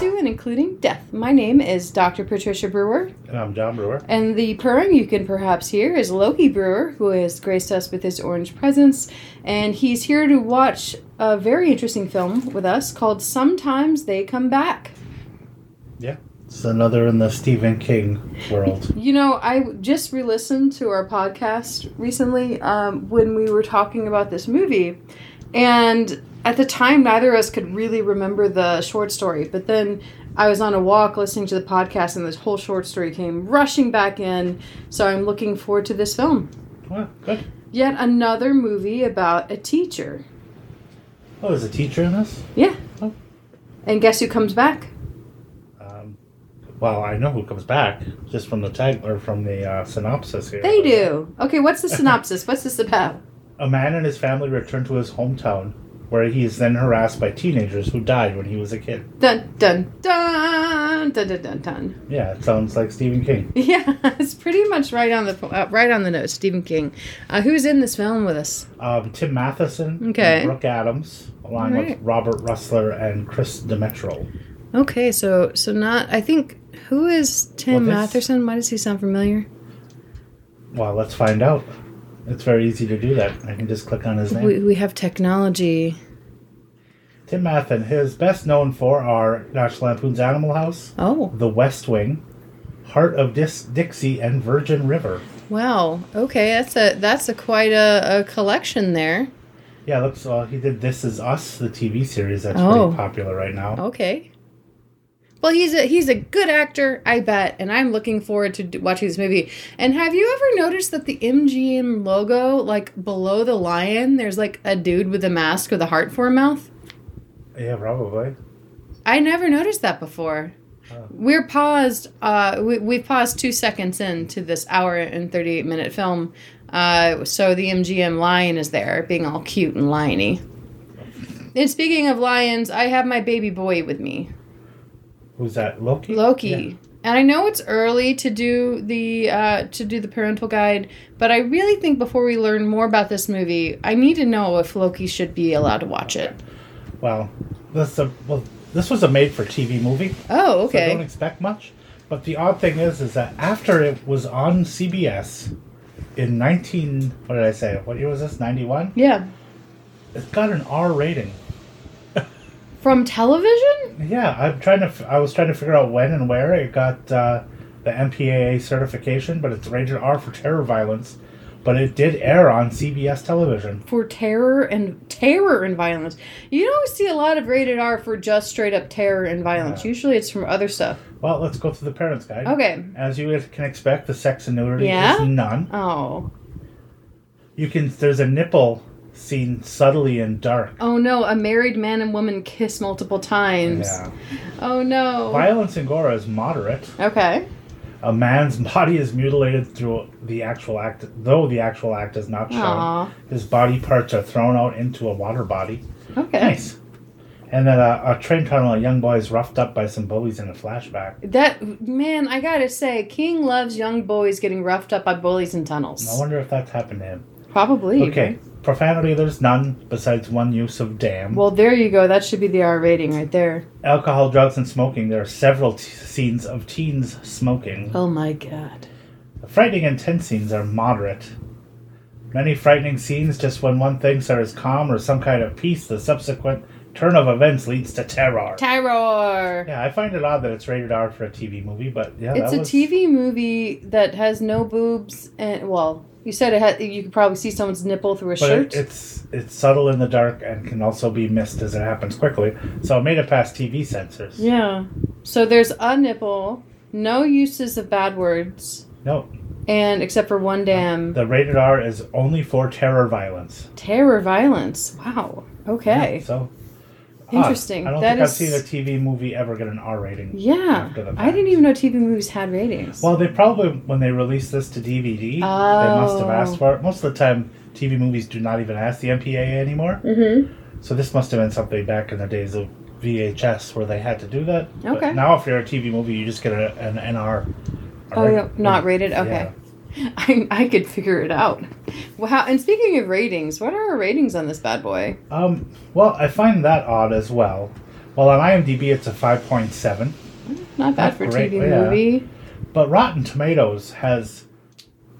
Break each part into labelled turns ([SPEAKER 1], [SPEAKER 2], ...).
[SPEAKER 1] including death. My name is Dr. Patricia Brewer,
[SPEAKER 2] And I'm John Brewer.
[SPEAKER 1] and the purring you can perhaps hear is Loki Brewer, who has graced us with his orange presence, and he's here to watch a very interesting film with us called Sometimes They Come Back.
[SPEAKER 2] It's another in the Stephen King world.
[SPEAKER 1] You know, I just re listened to our podcast recently um, when we were talking about this movie. And at the time, neither of us could really remember the short story. But then I was on a walk listening to the podcast, and this whole short story came rushing back in. So I'm looking forward to this film.
[SPEAKER 2] well, good.
[SPEAKER 1] Yet another movie about a teacher.
[SPEAKER 2] Oh, there's a teacher in this?
[SPEAKER 1] And guess who comes back?
[SPEAKER 2] Um, well, I know who comes back just from the tag or from the uh, synopsis here.
[SPEAKER 1] They do. Okay, what's the synopsis? What's this about?
[SPEAKER 2] A man and his family return to his hometown, where he is then harassed by teenagers who died when he was a kid.
[SPEAKER 1] Dun dun dun dun dun dun dun.
[SPEAKER 2] Yeah, it sounds like Stephen King.
[SPEAKER 1] Yeah, it's pretty much right on the po- uh, right on the nose. Stephen King. Uh, who's in this film with us?
[SPEAKER 2] Um, Tim Matheson, and
[SPEAKER 1] Okay.
[SPEAKER 2] Brooke Adams, along
[SPEAKER 1] Alright.
[SPEAKER 2] with Robert Russler and Chris Demetro.
[SPEAKER 1] Okay, so so not. I think who is Tim
[SPEAKER 2] Well, this-
[SPEAKER 1] Matheson? Why does he sound familiar?
[SPEAKER 2] Well, let's find out. It's very easy to do that. I can just click on his name.
[SPEAKER 1] We, we have technology.
[SPEAKER 2] Tim Matheson, his best known for are National Lampoon's Animal House,
[SPEAKER 1] Oh
[SPEAKER 2] The West Wing, Heart of Dis- Dixie, and Virgin River.
[SPEAKER 1] wow. Okay, that's a that's a quite a, a collection there.
[SPEAKER 2] Yeah, looks. Uh, he did This Is Us, the TV series that's
[SPEAKER 1] Oh.
[SPEAKER 2] pretty popular right now.
[SPEAKER 1] Okay. Well, he's a he's a good actor, I bet, and I'm looking forward to d- watching this movie. And have you ever noticed that the MGM logo, like below the lion, there's like a dude with a mask with a heart for a mouth?
[SPEAKER 2] Yeah, probably.
[SPEAKER 1] I never noticed that before.
[SPEAKER 2] Oh.
[SPEAKER 1] We're paused. Uh, we, we've paused two seconds into this hour and thirty-eight minute film. Uh, so the MGM lion is there, being all cute and liony. And speaking of lions, I have my baby boy with me.
[SPEAKER 2] Who's that? Loki.
[SPEAKER 1] Loki.
[SPEAKER 2] Yeah.
[SPEAKER 1] And I know it's early to do the uh, to do the parental guide, but I really think before we learn more about this movie, I need to know if Loki should be allowed to watch it.
[SPEAKER 2] Well, this a, well, this was a made-for-TV movie,
[SPEAKER 1] Oh,
[SPEAKER 2] so don't
[SPEAKER 1] okay.
[SPEAKER 2] expect much. But the odd thing is, is that after it was on CBS in 19, what did I say? What year was this? 91.
[SPEAKER 1] Yeah,
[SPEAKER 2] It's got an R rating.
[SPEAKER 1] from television.
[SPEAKER 2] Yeah, I'm trying to. f- I was trying to figure out when and where it got uh, the MPAA certification, but it's rated R for terror violence. But it did air on CBS television.
[SPEAKER 1] for terror and terror and violence. You don't see a lot of rated R for just straight up terror and violence.
[SPEAKER 2] Yeah.
[SPEAKER 1] Usually it's from other stuff.
[SPEAKER 2] Well, let's go through the parents' guide.
[SPEAKER 1] Okay.
[SPEAKER 2] As you can expect, the sex and nudity
[SPEAKER 1] Yeah?
[SPEAKER 2] is none.
[SPEAKER 1] Oh.
[SPEAKER 2] You can. There's a nipple seen subtly in dark.
[SPEAKER 1] Oh no, a married man and woman kiss multiple times.
[SPEAKER 2] Yeah.
[SPEAKER 1] Oh no.
[SPEAKER 2] Violence in gore is moderate.
[SPEAKER 1] Okay.
[SPEAKER 2] A man's body is mutilated through the actual act, though the actual act is not shown.
[SPEAKER 1] Aw.
[SPEAKER 2] His body parts are thrown out into a water body.
[SPEAKER 1] Okay.
[SPEAKER 2] Nice. And then uh, a train tunnel, a young boy is roughed up by some bullies in a flashback.
[SPEAKER 1] That man, I gotta say, King loves young boys getting roughed up by bullies in tunnels.
[SPEAKER 2] I wonder if that's happened to him.
[SPEAKER 1] Probably.
[SPEAKER 2] Okay, profanity, there's none besides one use of damn.
[SPEAKER 1] Well, there you go. That should be the R rating right there.
[SPEAKER 2] Alcohol, drugs, and smoking, there are several t- scenes of teens smoking.
[SPEAKER 1] Oh my god.
[SPEAKER 2] The frightening and tense scenes are moderate. Many frightening scenes, just when one thinks there is calm or some kind of peace, the subsequent turn of events leads to terror.
[SPEAKER 1] Tyror.
[SPEAKER 2] yeah, I find it odd that it's rated R for a TV movie, but yeah,
[SPEAKER 1] It's
[SPEAKER 2] that
[SPEAKER 1] a
[SPEAKER 2] was...
[SPEAKER 1] TV movie that has no boobs and well, you said it had, you could probably see someone's nipple through a
[SPEAKER 2] But
[SPEAKER 1] shirt.
[SPEAKER 2] it, it's it's subtle in the dark and can also be missed as it happens quickly. So it made it past TV censors.
[SPEAKER 1] yeah. So there's a nipple, no uses of bad words,
[SPEAKER 2] No,
[SPEAKER 1] and except for one damn
[SPEAKER 2] the rated R is only for terror violence.
[SPEAKER 1] terror violence. Wow. Okay.
[SPEAKER 2] So odd.
[SPEAKER 1] Interesting.
[SPEAKER 2] Ah, I don't
[SPEAKER 1] That
[SPEAKER 2] think
[SPEAKER 1] is-
[SPEAKER 2] I've seen a TV movie ever get an R rating.
[SPEAKER 1] Yeah.
[SPEAKER 2] After the
[SPEAKER 1] I didn't even know TV movies had ratings.
[SPEAKER 2] Well, they probably when they released this to DVD, they must have
[SPEAKER 1] Oh.
[SPEAKER 2] asked for it. Most of the time, TV movies do not even ask the MPAA anymore.
[SPEAKER 1] mm-hmm.
[SPEAKER 2] So this must have been something back in the days of VHS where they had to do that. But
[SPEAKER 1] Okay.
[SPEAKER 2] now, if you're a TV movie, you just get a, an NR.
[SPEAKER 1] Oh, yeah, not rated. Okay. I, I could figure it out. Wow. And speaking of ratings, what are our ratings on this bad boy?
[SPEAKER 2] Um, well, I find that odd as well. Well, on IMDb, it's a 5.7.
[SPEAKER 1] Not bad for a
[SPEAKER 2] Great,
[SPEAKER 1] TV
[SPEAKER 2] yeah.
[SPEAKER 1] movie.
[SPEAKER 2] But Rotten Tomatoes has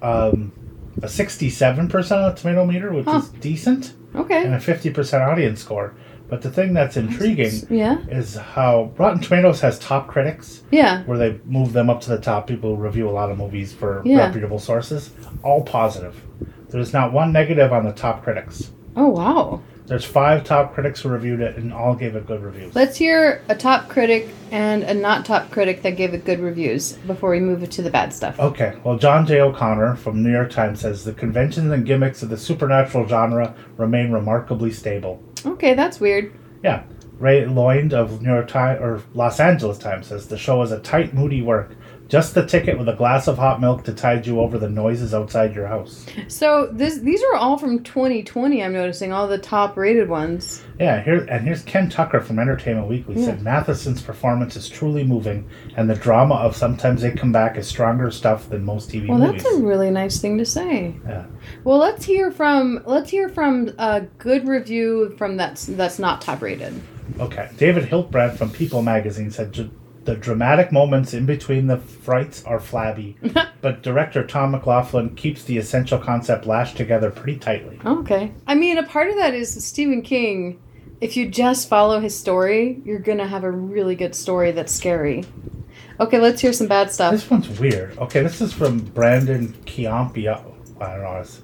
[SPEAKER 2] um, a 67% on the tomato meter, which
[SPEAKER 1] Huh.
[SPEAKER 2] is decent, and
[SPEAKER 1] Okay.
[SPEAKER 2] a 50% audience score. But the thing that's intriguing
[SPEAKER 1] Yeah.
[SPEAKER 2] is how Rotten Tomatoes has top critics,
[SPEAKER 1] Yeah.
[SPEAKER 2] where they move them up to the top, people who review a lot of movies for
[SPEAKER 1] Yeah.
[SPEAKER 2] reputable sources, all positive. There's not one negative on the top critics.
[SPEAKER 1] Oh wow.
[SPEAKER 2] There's five top critics who reviewed it, and all gave it good reviews.
[SPEAKER 1] Let's hear a top critic and a not top critic that gave it good reviews before we move it to the bad stuff.
[SPEAKER 2] Okay, well, John J. O'Connor from New York Times says the conventions and gimmicks of the supernatural genre remain remarkably stable.
[SPEAKER 1] Okay, that's weird.
[SPEAKER 2] Yeah, Ray Lloyd of New York Times or Los Angeles Times says the show is a tight, moody work, just the ticket with a glass of hot milk to tide you over the noises outside your house.
[SPEAKER 1] So this these are all from 2020. I'm noticing all the top rated ones.
[SPEAKER 2] Yeah, here and here's Ken Tucker from Entertainment Weekly said Matheson's performance is truly moving, and the drama of sometimes they come back is stronger stuff than most TV
[SPEAKER 1] Well,
[SPEAKER 2] movies.
[SPEAKER 1] that's a really nice thing to say.
[SPEAKER 2] Yeah.
[SPEAKER 1] Well, let's hear from let's hear from a good review from that's that's not top rated.
[SPEAKER 2] Okay. David Hiltbrand from People magazine said "Dr- the dramatic moments in between the frights are flabby, but director Tom McLaughlin keeps the essential concept lashed together pretty tightly.
[SPEAKER 1] Okay. I mean, a part of that is Stephen King. If you just follow his story, you're gonna have a really good story that's scary. Okay, let's hear some bad stuff.
[SPEAKER 2] This one's weird. Okay, this is from Brandon Chiampi. I don't know. It's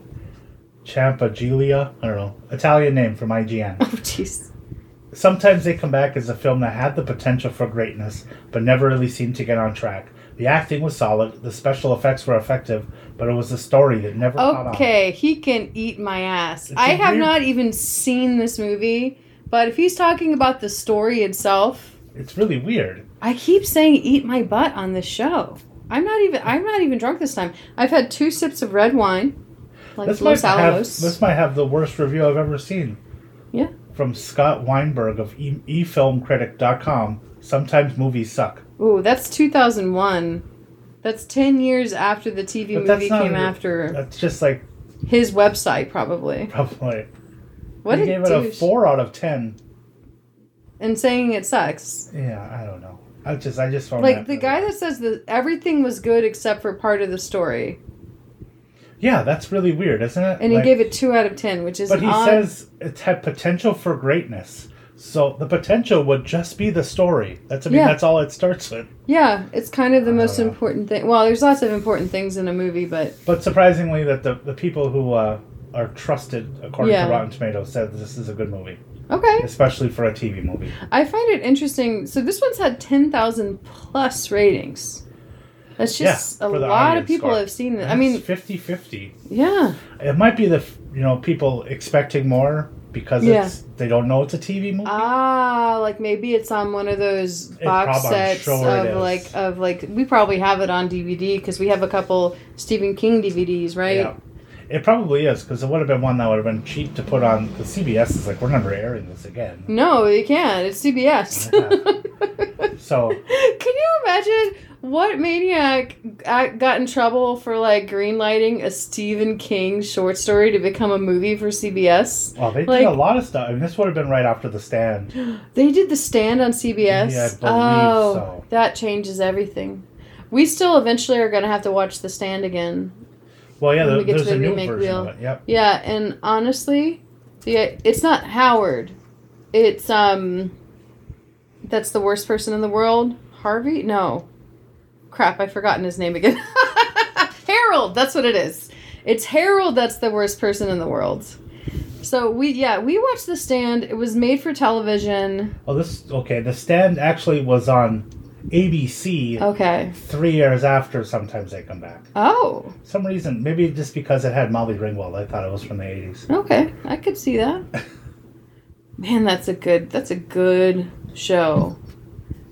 [SPEAKER 2] Giulia. I don't know. Italian name from IGN.
[SPEAKER 1] Oh, jeez.
[SPEAKER 2] Sometimes they come back as a film that had the potential for greatness, but never really seemed to get on track. The acting was solid, the special effects were effective, but it was a story that never caught on.
[SPEAKER 1] Okay, he can eat my ass.
[SPEAKER 2] It's
[SPEAKER 1] I
[SPEAKER 2] a
[SPEAKER 1] have
[SPEAKER 2] weird-
[SPEAKER 1] not even seen this movie, but if he's talking about the story itself,
[SPEAKER 2] It's really weird.
[SPEAKER 1] I keep saying eat my butt on this show. I'm not even I'm not even drunk this time. I've had two sips of red wine. Like
[SPEAKER 2] this
[SPEAKER 1] Los
[SPEAKER 2] might
[SPEAKER 1] Alamos.
[SPEAKER 2] Have, this might have the worst review I've ever seen.
[SPEAKER 1] Yeah.
[SPEAKER 2] From Scott Weinberg of e- efilmcritic.com. Sometimes movies suck.
[SPEAKER 1] Ooh, that's 2001. That's 10 years after the TV
[SPEAKER 2] But that's
[SPEAKER 1] movie
[SPEAKER 2] not
[SPEAKER 1] came
[SPEAKER 2] a-
[SPEAKER 1] after
[SPEAKER 2] That's just like
[SPEAKER 1] his website, probably.
[SPEAKER 2] probably.
[SPEAKER 1] What
[SPEAKER 2] he
[SPEAKER 1] a
[SPEAKER 2] gave it a
[SPEAKER 1] douche.
[SPEAKER 2] four out of ten.
[SPEAKER 1] And saying it sucks.
[SPEAKER 2] Yeah, I don't know. I just I just found
[SPEAKER 1] Like
[SPEAKER 2] that-
[SPEAKER 1] the guy that says that everything was good except for part of the story,
[SPEAKER 2] Yeah, that's really weird, isn't it?
[SPEAKER 1] and he
[SPEAKER 2] Like,
[SPEAKER 1] gave it two out of ten, which is
[SPEAKER 2] But he
[SPEAKER 1] odd.
[SPEAKER 2] says it had potential for greatness. So the potential would just be the story. That's I mean
[SPEAKER 1] Yeah.
[SPEAKER 2] that's all it starts with.
[SPEAKER 1] yeah, it's kind of the
[SPEAKER 2] I
[SPEAKER 1] most
[SPEAKER 2] don't know.
[SPEAKER 1] important thing. Well, there's lots of important things in a movie, but
[SPEAKER 2] But surprisingly, that the, the people who uh, are trusted, according
[SPEAKER 1] Yeah.
[SPEAKER 2] to Rotten Tomatoes, said this is a good movie,
[SPEAKER 1] okay,
[SPEAKER 2] especially for a TV movie.
[SPEAKER 1] I find it interesting. So this one's had ten thousand plus ratings. That's
[SPEAKER 2] Yeah,
[SPEAKER 1] just a
[SPEAKER 2] for the
[SPEAKER 1] lot of
[SPEAKER 2] audience
[SPEAKER 1] people
[SPEAKER 2] score.
[SPEAKER 1] have seen this. I mean,
[SPEAKER 2] 50 50.
[SPEAKER 1] yeah.
[SPEAKER 2] It might be the, f- you know, people expecting more because
[SPEAKER 1] Yeah.
[SPEAKER 2] it's they don't know it's a TV movie.
[SPEAKER 1] Ah, like maybe it's on one of those box
[SPEAKER 2] prob- Mm-hmm. I'm
[SPEAKER 1] sets
[SPEAKER 2] sure it
[SPEAKER 1] of
[SPEAKER 2] is.
[SPEAKER 1] like of like we probably have it on DVD because we have a couple Stephen King DVDs, right?
[SPEAKER 2] Yeah. It probably is because it would have been one that would have been cheap to put on. The CBS is like, we're never airing this again.
[SPEAKER 1] No, you can't. It's CBS.
[SPEAKER 2] So,
[SPEAKER 1] Can you imagine what maniac a- got in trouble for like greenlighting a Stephen King short story to become a movie for CBS?
[SPEAKER 2] well, oh, they
[SPEAKER 1] Like-
[SPEAKER 2] did a lot of stuff. I mean, this would have been right after The Stand.
[SPEAKER 1] They did the stand on CBS.
[SPEAKER 2] Yeah, I believe
[SPEAKER 1] oh,
[SPEAKER 2] so.
[SPEAKER 1] that changes everything. We still eventually are going to have to watch the stand again.
[SPEAKER 2] Well, yeah,
[SPEAKER 1] When
[SPEAKER 2] there,
[SPEAKER 1] we get to
[SPEAKER 2] there's
[SPEAKER 1] the
[SPEAKER 2] a new
[SPEAKER 1] remake
[SPEAKER 2] version
[SPEAKER 1] wheel.
[SPEAKER 2] of it. Yep.
[SPEAKER 1] Yeah, and honestly, the it's not Howard. It's um that's the worst person in the world. Harvey? No. Crap, I've forgotten his name again. Harold, that's what it is. It's Harold that's the worst person in the world. So we yeah, we watched The Stand. It was made for television.
[SPEAKER 2] Oh, this okay. The Stand actually was on ABC
[SPEAKER 1] Okay.
[SPEAKER 2] three years after. Sometimes they come back.
[SPEAKER 1] Oh,
[SPEAKER 2] Some reason, maybe just because it had Molly Ringwald, I thought it was from the eighties.
[SPEAKER 1] okay. I could see that. Man, that's a good that's a good show.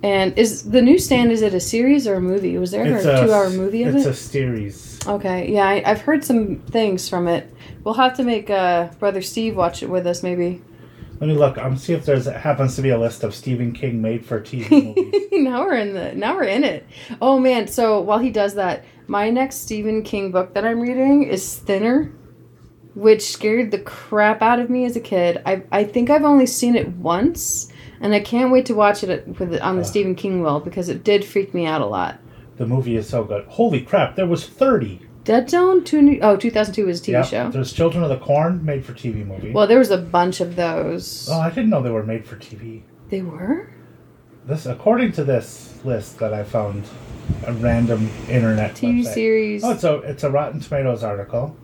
[SPEAKER 1] And is the new stand is it a series or a movie? Was there ever a, two hour movie of
[SPEAKER 2] It's
[SPEAKER 1] it?
[SPEAKER 2] a series.
[SPEAKER 1] okay, yeah, I, I've heard some things from it. We'll have to make uh, brother Steve watch it with us, maybe.
[SPEAKER 2] Let me look. I'm see if there's happens to be a list of Stephen King made for TV movies.
[SPEAKER 1] now we're in the now we're in it. Oh man! So while he does that, my next Stephen King book that I'm reading is Thinner, which scared the crap out of me as a kid. I I think I've only seen it once, and I can't wait to watch it at- with on the
[SPEAKER 2] Uh.
[SPEAKER 1] Stephen King well because it did freak me out a lot.
[SPEAKER 2] The movie is so good. Holy crap! There was thirty.
[SPEAKER 1] Dead Zone two oh 2002 was a TV
[SPEAKER 2] Yep.
[SPEAKER 1] show.
[SPEAKER 2] There's Children of the Corn, made for TV movie.
[SPEAKER 1] Well, there was a bunch of those.
[SPEAKER 2] oh, I didn't know they were made for TV.
[SPEAKER 1] They were.
[SPEAKER 2] This, according to this list that I found, a random internet
[SPEAKER 1] TV
[SPEAKER 2] website.
[SPEAKER 1] series.
[SPEAKER 2] Oh, it's a it's a Rotten Tomatoes article.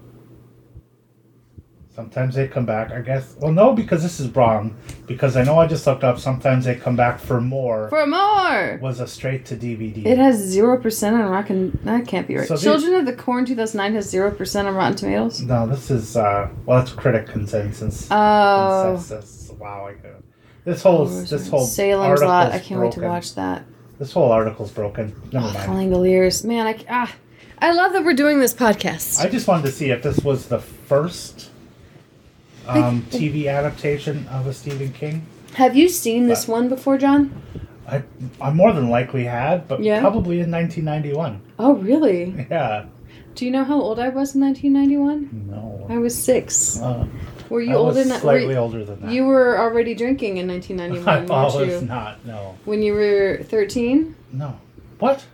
[SPEAKER 2] Sometimes they come back, I guess. Well, no, because this is wrong. Because I know I just looked up. Sometimes they come back for more.
[SPEAKER 1] For more.
[SPEAKER 2] was a straight to DVD.
[SPEAKER 1] It has zero percent on Rotten. That can't be right.
[SPEAKER 2] So these-
[SPEAKER 1] Children of the Corn 2009 has zero percent on Rotten Tomatoes.
[SPEAKER 2] no, this is uh, well, it's critic consensus.
[SPEAKER 1] Oh.
[SPEAKER 2] Consensus. Wow, I could. This whole this whole
[SPEAKER 1] Salem's Lot. I
[SPEAKER 2] article's
[SPEAKER 1] can't wait to
[SPEAKER 2] broken.
[SPEAKER 1] watch that.
[SPEAKER 2] This whole article's broken. Never
[SPEAKER 1] Oh,
[SPEAKER 2] mind.
[SPEAKER 1] Falling Galleers. Man, I, c- ah, I love that we're doing this podcast.
[SPEAKER 2] I just wanted to see if this was the first um, TV adaptation of a Stephen King.
[SPEAKER 1] Have you seen this one before, John?
[SPEAKER 2] I, I more than likely had, but
[SPEAKER 1] Yeah?
[SPEAKER 2] probably in 1991.
[SPEAKER 1] Oh, really?
[SPEAKER 2] Yeah.
[SPEAKER 1] Do you know how old I was in 1991?
[SPEAKER 2] No.
[SPEAKER 1] I was six.
[SPEAKER 2] Uh,
[SPEAKER 1] Were you
[SPEAKER 2] I
[SPEAKER 1] old
[SPEAKER 2] was
[SPEAKER 1] enough? Were
[SPEAKER 2] slightly
[SPEAKER 1] you,
[SPEAKER 2] older than that.
[SPEAKER 1] you were already drinking in
[SPEAKER 2] I
[SPEAKER 1] 1991, weren't
[SPEAKER 2] was
[SPEAKER 1] you?
[SPEAKER 2] not. No.
[SPEAKER 1] When you were 13?
[SPEAKER 2] No. What?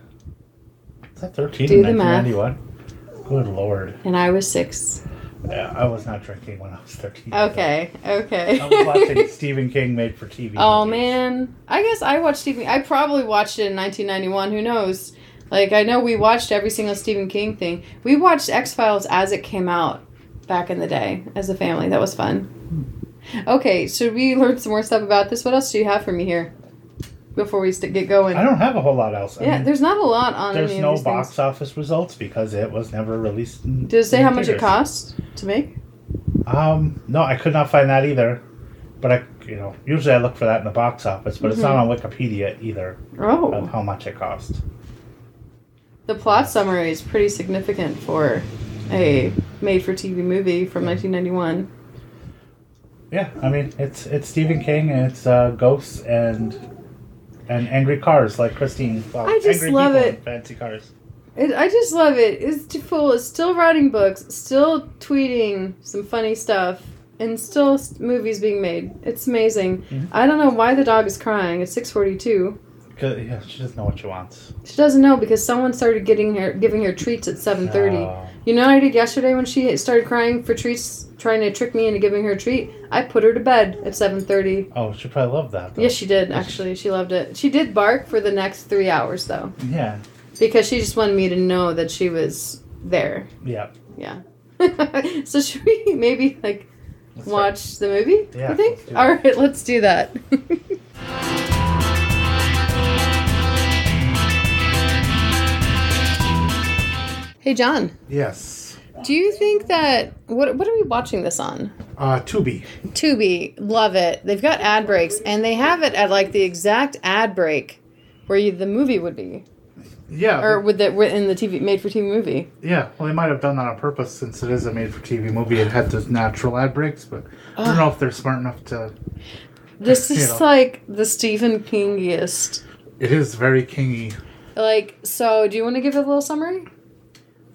[SPEAKER 2] Is that 13
[SPEAKER 1] Do
[SPEAKER 2] in
[SPEAKER 1] the math.
[SPEAKER 2] 1991? Good lord.
[SPEAKER 1] And I was six.
[SPEAKER 2] Yeah, I was not drinking when I was 13.
[SPEAKER 1] Okay, okay.
[SPEAKER 2] I was watching Stephen King made for TV.
[SPEAKER 1] oh,
[SPEAKER 2] movies.
[SPEAKER 1] man. I guess I watched Stephen I probably watched it in 1991. Who knows? Like, I know we watched every single Stephen King thing. We watched X Files as it came out back in the day as a family. That was fun.
[SPEAKER 2] Hmm.
[SPEAKER 1] Okay, should we learn some more stuff about this? What else do you have for me here before we st- get going?
[SPEAKER 2] I don't have a whole lot else. I
[SPEAKER 1] yeah,
[SPEAKER 2] mean,
[SPEAKER 1] there's not a lot on
[SPEAKER 2] there's
[SPEAKER 1] any
[SPEAKER 2] no
[SPEAKER 1] of these
[SPEAKER 2] box
[SPEAKER 1] things.
[SPEAKER 2] office results because it was never released. in-
[SPEAKER 1] Did it say
[SPEAKER 2] in
[SPEAKER 1] how much it
[SPEAKER 2] theaters.
[SPEAKER 1] cost to make?
[SPEAKER 2] Um, no, I could not find that either. But I, you know, usually I look for that in the box office, but it's not on
[SPEAKER 1] Mm-hmm.
[SPEAKER 2] Wikipedia either
[SPEAKER 1] Oh.
[SPEAKER 2] of how much it cost.
[SPEAKER 1] The plot summary is pretty significant for a made for TV movie from 1991.
[SPEAKER 2] Yeah, I mean, it's it's Stephen King and it's uh, ghosts and and angry cars like Christine. Well,
[SPEAKER 1] I just
[SPEAKER 2] angry
[SPEAKER 1] love
[SPEAKER 2] people
[SPEAKER 1] it.
[SPEAKER 2] and Fancy cars.
[SPEAKER 1] It, I just love it. It's t- full. It's still writing books, still tweeting some funny stuff, and still s- movies being made. It's amazing.
[SPEAKER 2] Mhm.
[SPEAKER 1] I don't know why the dog is crying. It's 6:42.
[SPEAKER 2] 'Cause, Yeah, she doesn't know what she wants.
[SPEAKER 1] She doesn't know because someone started getting her giving her treats at 7:30.
[SPEAKER 2] Oh.
[SPEAKER 1] You know what I did yesterday when she started crying for treats, trying to trick me into giving her a treat? I put her to bed at 7:30.
[SPEAKER 2] Oh, she probably loved that. Though.
[SPEAKER 1] Yes, she did actually. She loved it. She did bark for the next 3 hours though
[SPEAKER 2] Yeah,
[SPEAKER 1] because she just wanted me to know that she was there.
[SPEAKER 2] yeah.
[SPEAKER 1] Yeah. so should we maybe like
[SPEAKER 2] That's right.
[SPEAKER 1] watch the movie?
[SPEAKER 2] Yeah,
[SPEAKER 1] You think?
[SPEAKER 2] let's do that.
[SPEAKER 1] All right, let's do that. hey, John.
[SPEAKER 3] Yes.
[SPEAKER 1] Do you think that what what are we watching this on?
[SPEAKER 3] Uh, Tubi.
[SPEAKER 1] Tubi, love it. They've got ad breaks, and they have it at like the exact ad break where you, the movie would be,
[SPEAKER 3] Yeah.
[SPEAKER 1] or with the in the TV made for TV movie.
[SPEAKER 3] yeah. Well, they might have done that on purpose since it is a made for TV movie. It had those natural ad breaks, but I don't know if they're smart enough to.
[SPEAKER 1] This is
[SPEAKER 3] Yeah.
[SPEAKER 1] like the Stephen Kingiest.
[SPEAKER 3] It is very kingy.
[SPEAKER 1] Like, so do you want to give a little summary?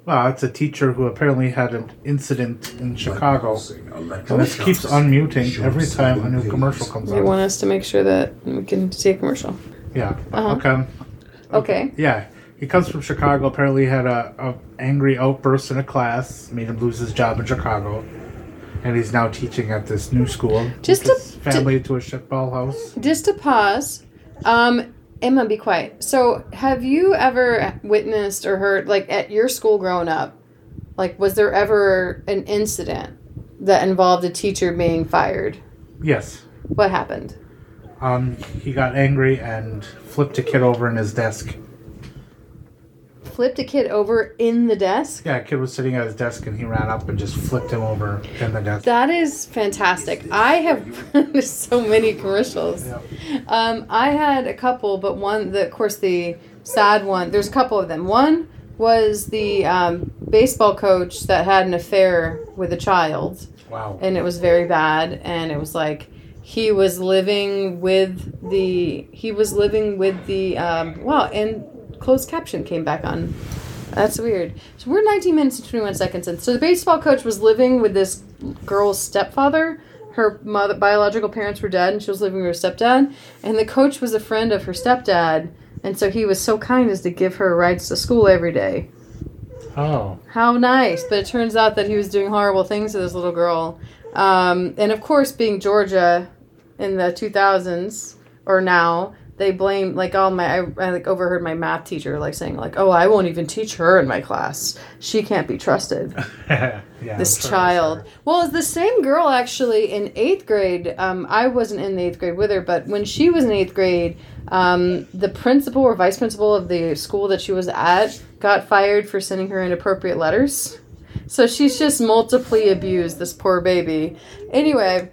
[SPEAKER 3] Wow, it's a teacher who apparently had an incident in Chicago. And
[SPEAKER 4] And
[SPEAKER 3] this keeps unmuting every time a new commercial comes
[SPEAKER 1] They
[SPEAKER 3] up.
[SPEAKER 1] want us to make sure that we can see a commercial.
[SPEAKER 3] Yeah.
[SPEAKER 1] Uh-huh.
[SPEAKER 3] Okay.
[SPEAKER 1] Okay.
[SPEAKER 3] Yeah. He comes from Chicago. Apparently, had a, a angry outburst in a class, made him lose his job in Chicago, and he's now teaching at this new school.
[SPEAKER 1] Just
[SPEAKER 3] took
[SPEAKER 1] to-
[SPEAKER 3] his family to a shitball house.
[SPEAKER 1] Just to pause, um, Emma, be quiet. So, have you ever witnessed or heard, like, at your school growing up, like, was there ever an incident that involved a teacher being fired?
[SPEAKER 3] Yes.
[SPEAKER 1] What happened?
[SPEAKER 3] Um, he got angry and flipped a kid over in his desk.
[SPEAKER 1] Flipped a kid over in the desk?
[SPEAKER 3] Yeah, a kid was sitting at his desk and he ran up and just flipped him over in the desk.
[SPEAKER 1] That is fantastic. I have there's so many commercials.
[SPEAKER 3] Yep.
[SPEAKER 1] Um, I had a couple, but one, the, of course, the sad one. There's a couple of them. One was the um, baseball coach that had an affair with a child,
[SPEAKER 3] Wow.
[SPEAKER 1] and it was very bad. And it was like he was living with the he was living with the um, wow. And closed caption came back on. That's weird. So we're 19 minutes and 21 seconds in. So the baseball coach was living with this girl's stepfather her mother, biological parents were dead, and she was living with her stepdad. And the coach was a friend of her stepdad, and so he was so kind as to give her rides to school every day.
[SPEAKER 3] Oh.
[SPEAKER 1] How nice! But it turns out that he was doing horrible things to this little girl. Um, and of course, being Georgia in the 2000s or now, they blame like all my I, I like overheard my math teacher like saying like, "Oh, I won't even teach her in my class. She can't be trusted."
[SPEAKER 3] yeah.
[SPEAKER 1] this
[SPEAKER 3] I'm sure.
[SPEAKER 1] child. Well, it's the same girl actually in eighth grade. Um, I wasn't in the eighth grade with her, but when she was in eighth grade, um, the principal or vice principal of the school that she was at got fired for sending her inappropriate letters. So she's just multiply abused this poor baby. Anyway,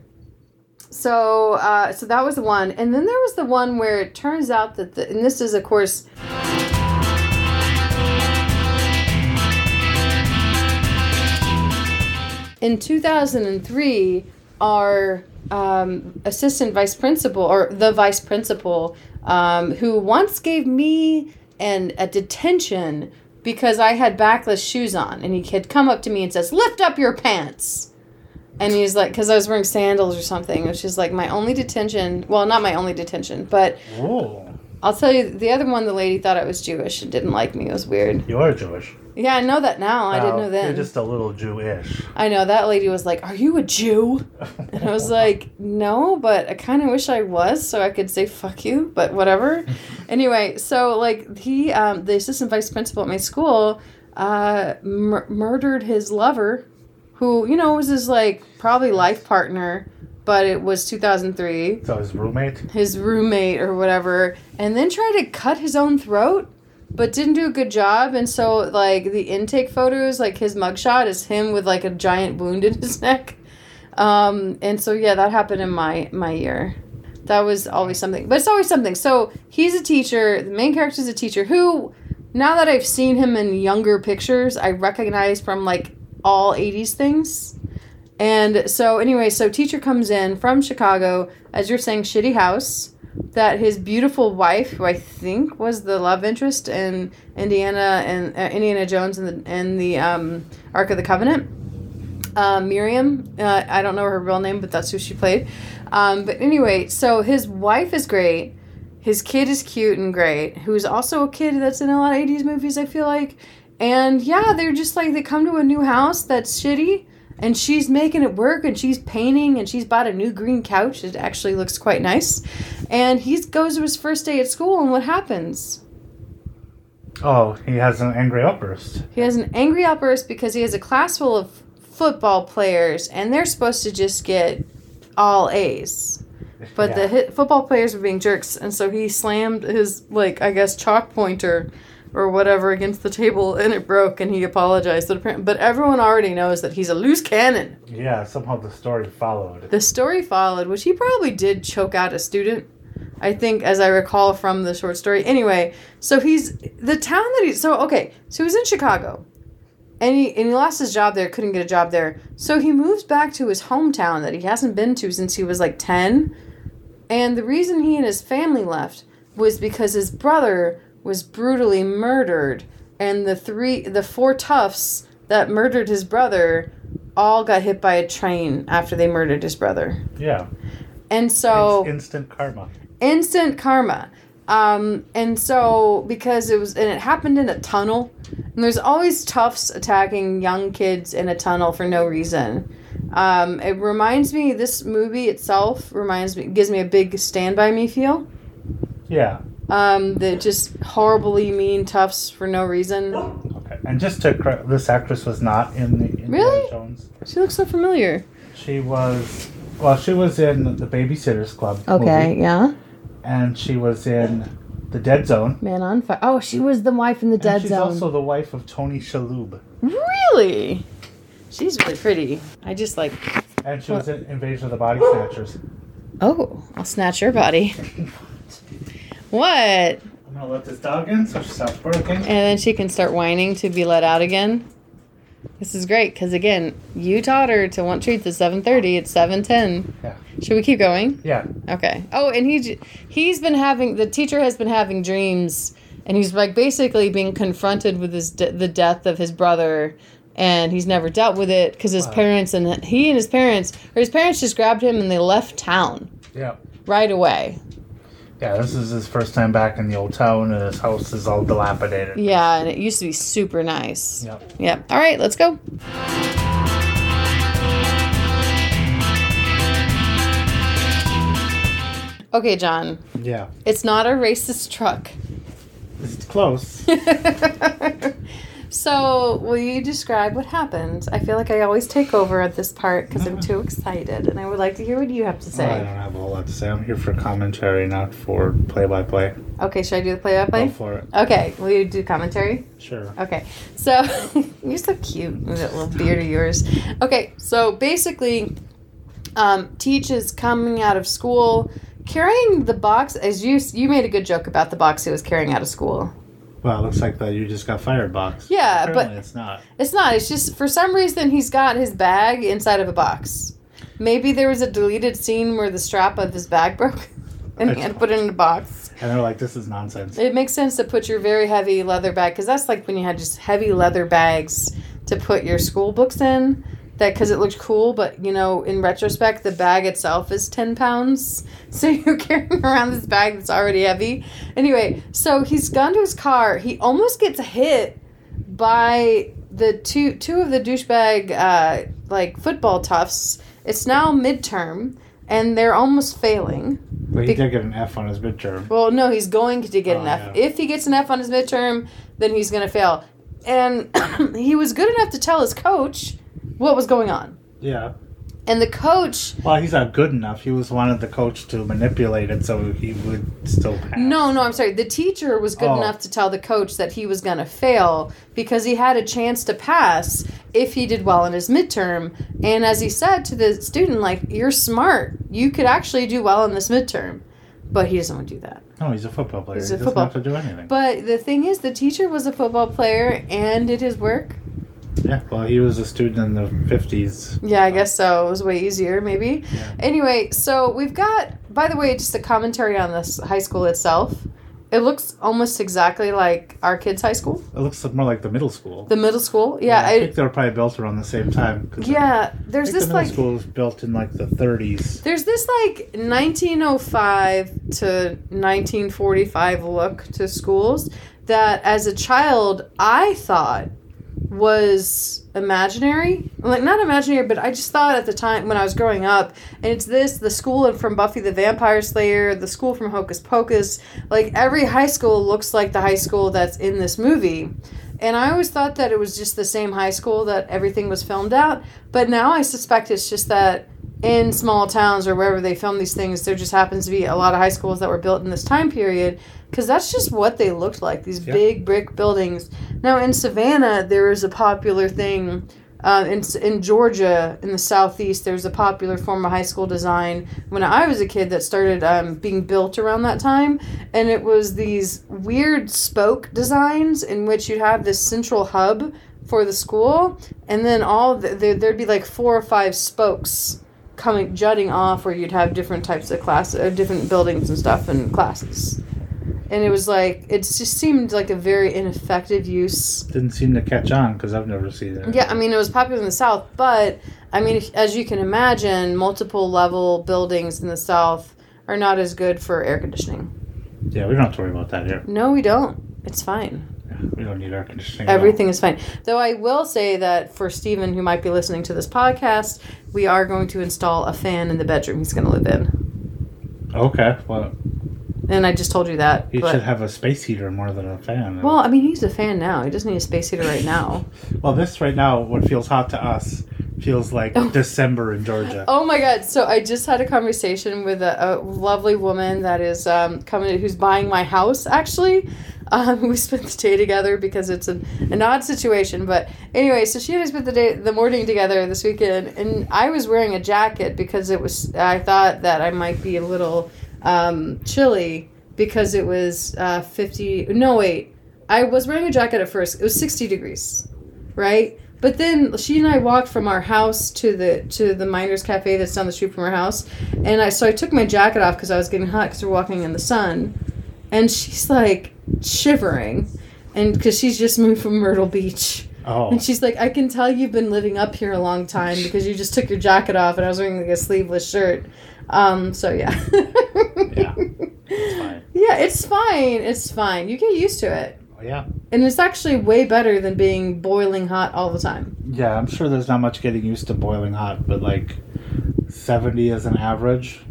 [SPEAKER 1] so uh, so that was the one, and then there was the one where it turns out that the and this is of course in 2003 our um, assistant vice principal or the vice principal um, who once gave me an a detention because i had backless shoes on and he had come up to me and says lift up your pants and he's like because i was wearing sandals or something which is like my only detention well not my only detention but
[SPEAKER 2] Whoa.
[SPEAKER 1] i'll tell you the other one the lady thought i was jewish and didn't like me it was weird
[SPEAKER 2] You are Jewish.
[SPEAKER 1] yeah i know that now Oh, i didn't
[SPEAKER 2] Well,
[SPEAKER 1] know then
[SPEAKER 2] You're just a little Jewish.
[SPEAKER 1] I know that lady was like, "Are you a Jew?" And I was like, "No, but I kind of wish I was, so I could say fuck you." But whatever. anyway, so like he, um, the assistant vice principal at my school, uh, mur- murdered his lover, who you know was his like probably life partner, but it was two thousand three,
[SPEAKER 2] So his roommate.
[SPEAKER 1] his roommate or whatever, and then tried to cut his own throat. But didn't do a good job, and so like the intake photos, like his mugshot is him with like a giant wound in his neck. Um, and so yeah, that happened in my my year. That was always something, but it's always something. So he's a teacher. The main character is a teacher who, now that I've seen him in younger pictures, I recognize from like all '80s things. And so anyway, so teacher comes in from Chicago, as you're saying, shitty house. That his beautiful wife, who I think was the love interest in Indiana and uh, Indiana Jones and the and the um, Ark of the Covenant, uh, Miriam. Uh, I don't know her real name, but that's who she played. Um, but anyway, so his wife is great. His kid is cute and great, who's also a kid that's in a lot of 80s movies, I feel like. And yeah, they're just like, they come to a new house that's shitty, and she's making it work, and she's painting, and she's bought a new green couch. It actually looks quite nice. And he goes to his first day at school, and what happens?
[SPEAKER 2] Oh, he has an angry outburst.
[SPEAKER 1] He has an angry outburst because he has a class full of football players, and they're supposed to just get all A's. But the hit, football players were being jerks, and so he slammed his, like, I guess, chalk pointer or whatever against the table, and it broke, and he apologized. But, apparent- but everyone already knows that he's a loose cannon.
[SPEAKER 2] Yeah, somehow the story followed.
[SPEAKER 1] The story followed, which he probably did choke out a student, I think, as I recall from the short story. Anyway, so he's the town that he's so okay. So he's in Chicago, and he and he lost his job there, couldn't get a job there. So he moves back to his hometown that he hasn't been to since he was like ten, and the reason he and his family left was because his brother was brutally murdered, and the three the four toughs that murdered his brother all got hit by a train after they murdered his brother.
[SPEAKER 2] Yeah.
[SPEAKER 1] And so
[SPEAKER 2] It's instant karma.
[SPEAKER 1] instant karma. Um, and so because it was and it happened in a tunnel, and there's always toughs attacking young kids in a tunnel for no reason. Um, it reminds me this movie itself reminds me gives me a big stand by me feel.
[SPEAKER 2] Yeah.
[SPEAKER 1] Um, that just horribly mean toughs for no reason.
[SPEAKER 2] Okay. And just to correct, this actress was not in the Indiana
[SPEAKER 1] Really?
[SPEAKER 2] Jones.
[SPEAKER 1] She looks so familiar.
[SPEAKER 2] She was. Well, she was in the Babysitters Club. movie,
[SPEAKER 1] yeah.
[SPEAKER 2] and she was in the Dead Zone.
[SPEAKER 1] Man on fire. Oh, she was the wife in the
[SPEAKER 2] and she's also the wife of Tony Shalhoub.
[SPEAKER 1] Really? She's really pretty. I just like,
[SPEAKER 2] And she was in Invasion of the Body Snatchers.
[SPEAKER 1] oh, I'll snatch your body. What?
[SPEAKER 2] I'm gonna let this dog in so she stops barking.
[SPEAKER 1] And then she can start whining to be let out again. This is great because again, you taught her to want treats at seven thirty. It's seven ten.
[SPEAKER 2] Yeah.
[SPEAKER 1] Should we keep going?
[SPEAKER 2] Yeah.
[SPEAKER 1] Okay. Oh, and he j- he's been having the teacher has been having dreams, and he's like basically being confronted with his de- the death of his brother and he's never dealt with it because his
[SPEAKER 3] Wow.
[SPEAKER 1] parents and he and his parents or his parents just grabbed him and they left town
[SPEAKER 3] Yeah.
[SPEAKER 1] right away.
[SPEAKER 2] Yeah, this is his first time back in the old town, and his house is all dilapidated.
[SPEAKER 1] Yeah, and it used to be super nice.
[SPEAKER 2] Yep.
[SPEAKER 1] Yep. All right, let's go. Okay, John.
[SPEAKER 3] Yeah.
[SPEAKER 1] It's not a racist truck.
[SPEAKER 3] It's close.
[SPEAKER 1] so, will you describe what happened? I feel like I always take over at this part because I'm too excited, and I would like to hear what you have to
[SPEAKER 2] Well, I don't
[SPEAKER 1] say.
[SPEAKER 2] have a whole lot to say. I'm here for commentary, not for play-by-play.
[SPEAKER 1] Okay, should I do the play-by-play?
[SPEAKER 2] Go for it.
[SPEAKER 1] Okay, will you do commentary?
[SPEAKER 2] Sure.
[SPEAKER 1] Okay, so you're so cute with that little beard of yours. Okay, so basically, um, Teach is coming out of school carrying the box. As you you made a good joke about the box he was carrying out of school.
[SPEAKER 2] Well, it looks like that you just got fired, box.
[SPEAKER 1] Yeah, but-
[SPEAKER 2] Apparently it's not.
[SPEAKER 1] It's not. It's just for some reason he's got his bag inside of a box. Maybe there was a deleted scene where the strap of his bag broke, and he had to put it in a box.
[SPEAKER 2] And they're like, "This is nonsense."
[SPEAKER 1] It makes sense to put your very heavy leather bag because that's like when you had just heavy leather bags to put your school books in. That because it looked cool, but you know, in retrospect, the bag itself is ten pounds. So you're carrying around this bag that's already heavy. Anyway, so he's gone to his car. He almost gets hit by the two two of the douchebag uh, like football toughs. It's now midterm, and they're almost failing.
[SPEAKER 2] But
[SPEAKER 1] Be-
[SPEAKER 2] he did get an F on his midterm.
[SPEAKER 1] Well, no, he's going to get
[SPEAKER 2] Oh,
[SPEAKER 1] an F.
[SPEAKER 2] yeah.
[SPEAKER 1] If he gets an F on his midterm, then he's going to fail. And he was good enough to tell his coach what was going on.
[SPEAKER 2] Yeah.
[SPEAKER 1] And the coach,
[SPEAKER 2] Well, he's not good enough. He was wanted the coach to manipulate it so he would still pass.
[SPEAKER 1] no, no, I'm sorry. The teacher was good
[SPEAKER 2] Oh.
[SPEAKER 1] enough to tell the coach that he was going to fail because he had a chance to pass if he did well in his midterm. And as he said to the student, like, you're smart. You could actually do well in this midterm. But he doesn't want to do that.
[SPEAKER 2] No, he's a football player.
[SPEAKER 1] He's
[SPEAKER 2] he
[SPEAKER 1] a
[SPEAKER 2] doesn't
[SPEAKER 1] football-
[SPEAKER 2] have to do anything.
[SPEAKER 1] But the thing is, the teacher was a football player and did his work.
[SPEAKER 2] yeah. Well, he was a student in the fifties.
[SPEAKER 1] Yeah, I guess so. It was way easier, maybe.
[SPEAKER 2] Yeah.
[SPEAKER 1] Anyway, so we've got, by the way, just a commentary on this high school itself. It looks almost exactly like our kids' high school,
[SPEAKER 2] It looks more like the middle school.
[SPEAKER 1] the middle school. Yeah,
[SPEAKER 2] I think
[SPEAKER 1] I,
[SPEAKER 2] they were probably built around the same time. 'cause I
[SPEAKER 1] yeah.
[SPEAKER 2] think
[SPEAKER 1] There's
[SPEAKER 2] the
[SPEAKER 1] this
[SPEAKER 2] middle
[SPEAKER 1] like,
[SPEAKER 2] school was built in like the 30s.
[SPEAKER 1] there's this like 1905 to 1945 look to schools that, as a child, I thought was imaginary. Like not imaginary, but I just thought at the time when I was growing up, and it's this the school and from Buffy the Vampire Slayer, the school from Hocus Pocus, like every high school looks like the high school that's in this movie. And I always thought that it was just the same high school that everything was filmed at, but now I suspect it's just that in small towns or wherever they film these things, there just happens to be a lot of high schools that were built in this time period because that's just what they looked like these
[SPEAKER 2] Yeah.
[SPEAKER 1] big brick buildings. Now in Savannah, there is a popular thing. Uh, in, in Georgia, in the southeast, there's a popular form of high school design when I was a kid that started um, being built around that time. And it was these weird spoke designs in which you'd have this central hub for the school, and then all the, there, there'd be like four or five spokes coming jutting off where you'd have different types of class, uh, different buildings and stuff and classes. And it was like it just seemed like a very ineffective use.
[SPEAKER 2] Didn't seem to catch on because I've never seen it.
[SPEAKER 1] Yeah, I mean it was popular in the South, but I mean if, as you can imagine, multiple level buildings in the South are not as good for air conditioning.
[SPEAKER 2] Yeah, we don't have to worry about that here.
[SPEAKER 1] No, we don't. It's fine.
[SPEAKER 2] We don't need air conditioning. at all.
[SPEAKER 1] Everything is fine. Though I will say that for Steven, who might be listening to this podcast, we are going to install a fan in the bedroom he's going to live in.
[SPEAKER 2] Okay, well,
[SPEAKER 1] And I just told you that.
[SPEAKER 2] he
[SPEAKER 1] but-
[SPEAKER 2] should have a space heater more than a fan.
[SPEAKER 1] well, I mean, he's a fan now. He doesn't need a space heater right now.
[SPEAKER 2] Well, this right now, what feels hot to us, feels like
[SPEAKER 1] Oh.
[SPEAKER 2] December in Georgia.
[SPEAKER 1] Oh my God! So I just had a conversation with a, a lovely woman that is um, coming, who's buying my house. Actually, um, we spent the day together because it's an, an odd situation. But anyway, so she and I spent the day, the morning together this weekend, and I was wearing a jacket because it was. I thought that I might be a little um, chilly because it was uh, fifty. No wait, I was wearing a jacket at first. It was sixty degrees, right? But then she and I walked from our house to the to the Miners Cafe that's down the street from our house, and I so I took my jacket off because I was getting hot because we're walking in the sun, and she's like shivering, and because she's just moved from Myrtle Beach,
[SPEAKER 3] Oh,
[SPEAKER 1] And she's like, I can tell you've been living up here a long time because you just took your jacket off and I was wearing like a sleeveless shirt. Um, so yeah.
[SPEAKER 2] Yeah. It's fine.
[SPEAKER 1] Yeah, it's fine. It's fine. You get used to it.
[SPEAKER 2] Yeah.
[SPEAKER 1] And it's actually way better than being boiling hot all the time.
[SPEAKER 2] Yeah, I'm sure there's not much getting used to boiling hot, but like 70 as an average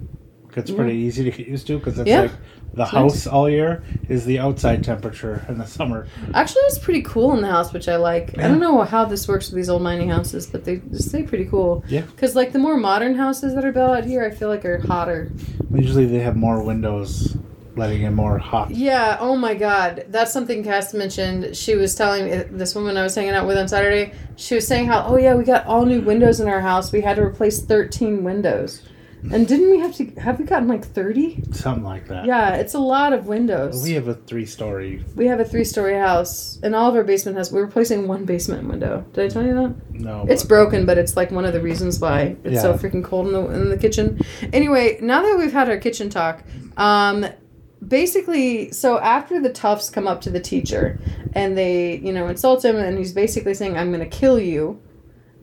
[SPEAKER 2] gets pretty easy to get used to because it's
[SPEAKER 1] Yeah.
[SPEAKER 2] like the
[SPEAKER 1] It's
[SPEAKER 2] house all year is the outside temperature in the summer.
[SPEAKER 1] Actually, it's pretty cool in the house, which I like. I don't know how this works with these old mining houses, but they they stay pretty cool.
[SPEAKER 2] Yeah.
[SPEAKER 1] Because like the more modern houses that are built out here, I feel like are hotter.
[SPEAKER 2] Usually they have more windows letting in more hot.
[SPEAKER 1] Yeah. Oh my God, that's something Cass mentioned. She was telling me- this woman I was hanging out with on Saturday. She was saying how oh yeah we got all new windows in our house. We had to replace thirteen windows, and didn't we have to have we gotten like thirty?
[SPEAKER 2] Something like that.
[SPEAKER 1] Yeah, it's a lot of windows.
[SPEAKER 2] Uh, We have a three story.
[SPEAKER 1] We have a three story house, and all of our basement has. We're replacing one basement window. Did I tell you that?
[SPEAKER 2] No.
[SPEAKER 1] It's broken, but it's like one of the reasons why it's so
[SPEAKER 2] Oh, Yeah.
[SPEAKER 1] freaking cold in the, in the kitchen. Anyway, now that we've had our kitchen talk, um, basically, so after the toughs come up to the teacher and they, you know, insult him, and he's basically saying, I'm going to kill you.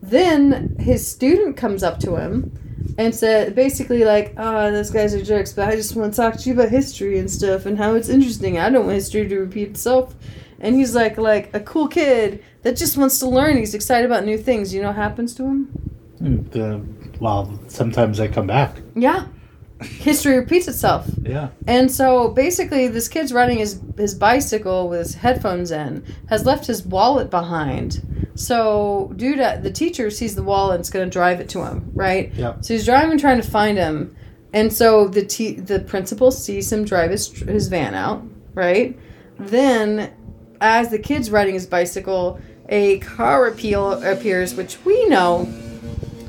[SPEAKER 1] Then his student comes up to him and said, basically, like, oh, those guys are jerks, but I just want to talk to you about history and stuff and how it's interesting. I don't want history to repeat itself. And he's like, like a cool kid that just wants to learn. He's excited about new things. You know what happens to him?
[SPEAKER 2] Mm, the, well, sometimes they come back.
[SPEAKER 1] Yeah. History repeats itself.
[SPEAKER 2] Yeah.
[SPEAKER 1] And so basically, this kid's riding his, his bicycle with his headphones in, has left his wallet behind. So, dude, at- the teacher sees the wallet and is going to drive it to him, right?
[SPEAKER 2] Yep.
[SPEAKER 1] So he's driving, trying to find him. And so the te- the principal sees him drive his, his van out, right? Then, as the kid's riding his bicycle, a car appeal appears, which we know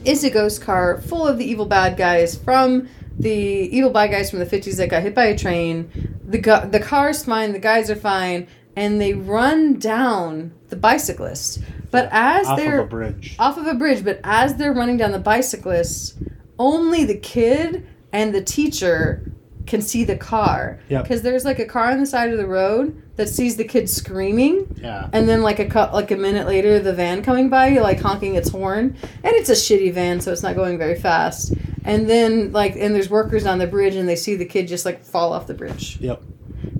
[SPEAKER 1] is a ghost car full of the evil bad guys from the evil bad guys from the 50s that got hit by a train. The, gu- the car's fine, the guys are fine, and they run down the bicyclist. But as
[SPEAKER 2] Off
[SPEAKER 1] they're
[SPEAKER 2] of a bridge.
[SPEAKER 1] off of a bridge, but as they're running down the bicyclists, only the kid and the teacher can see the car.
[SPEAKER 2] Yep.
[SPEAKER 1] Because there's like a car on the side of the road that sees the kid screaming,
[SPEAKER 2] Yeah.
[SPEAKER 1] and then like a cou- like a minute later, the van coming by, like honking its horn, and it's a shitty van, so it's not going very fast. And then like, and there's workers on the bridge, and they see the kid just like fall off the bridge.
[SPEAKER 2] Yep.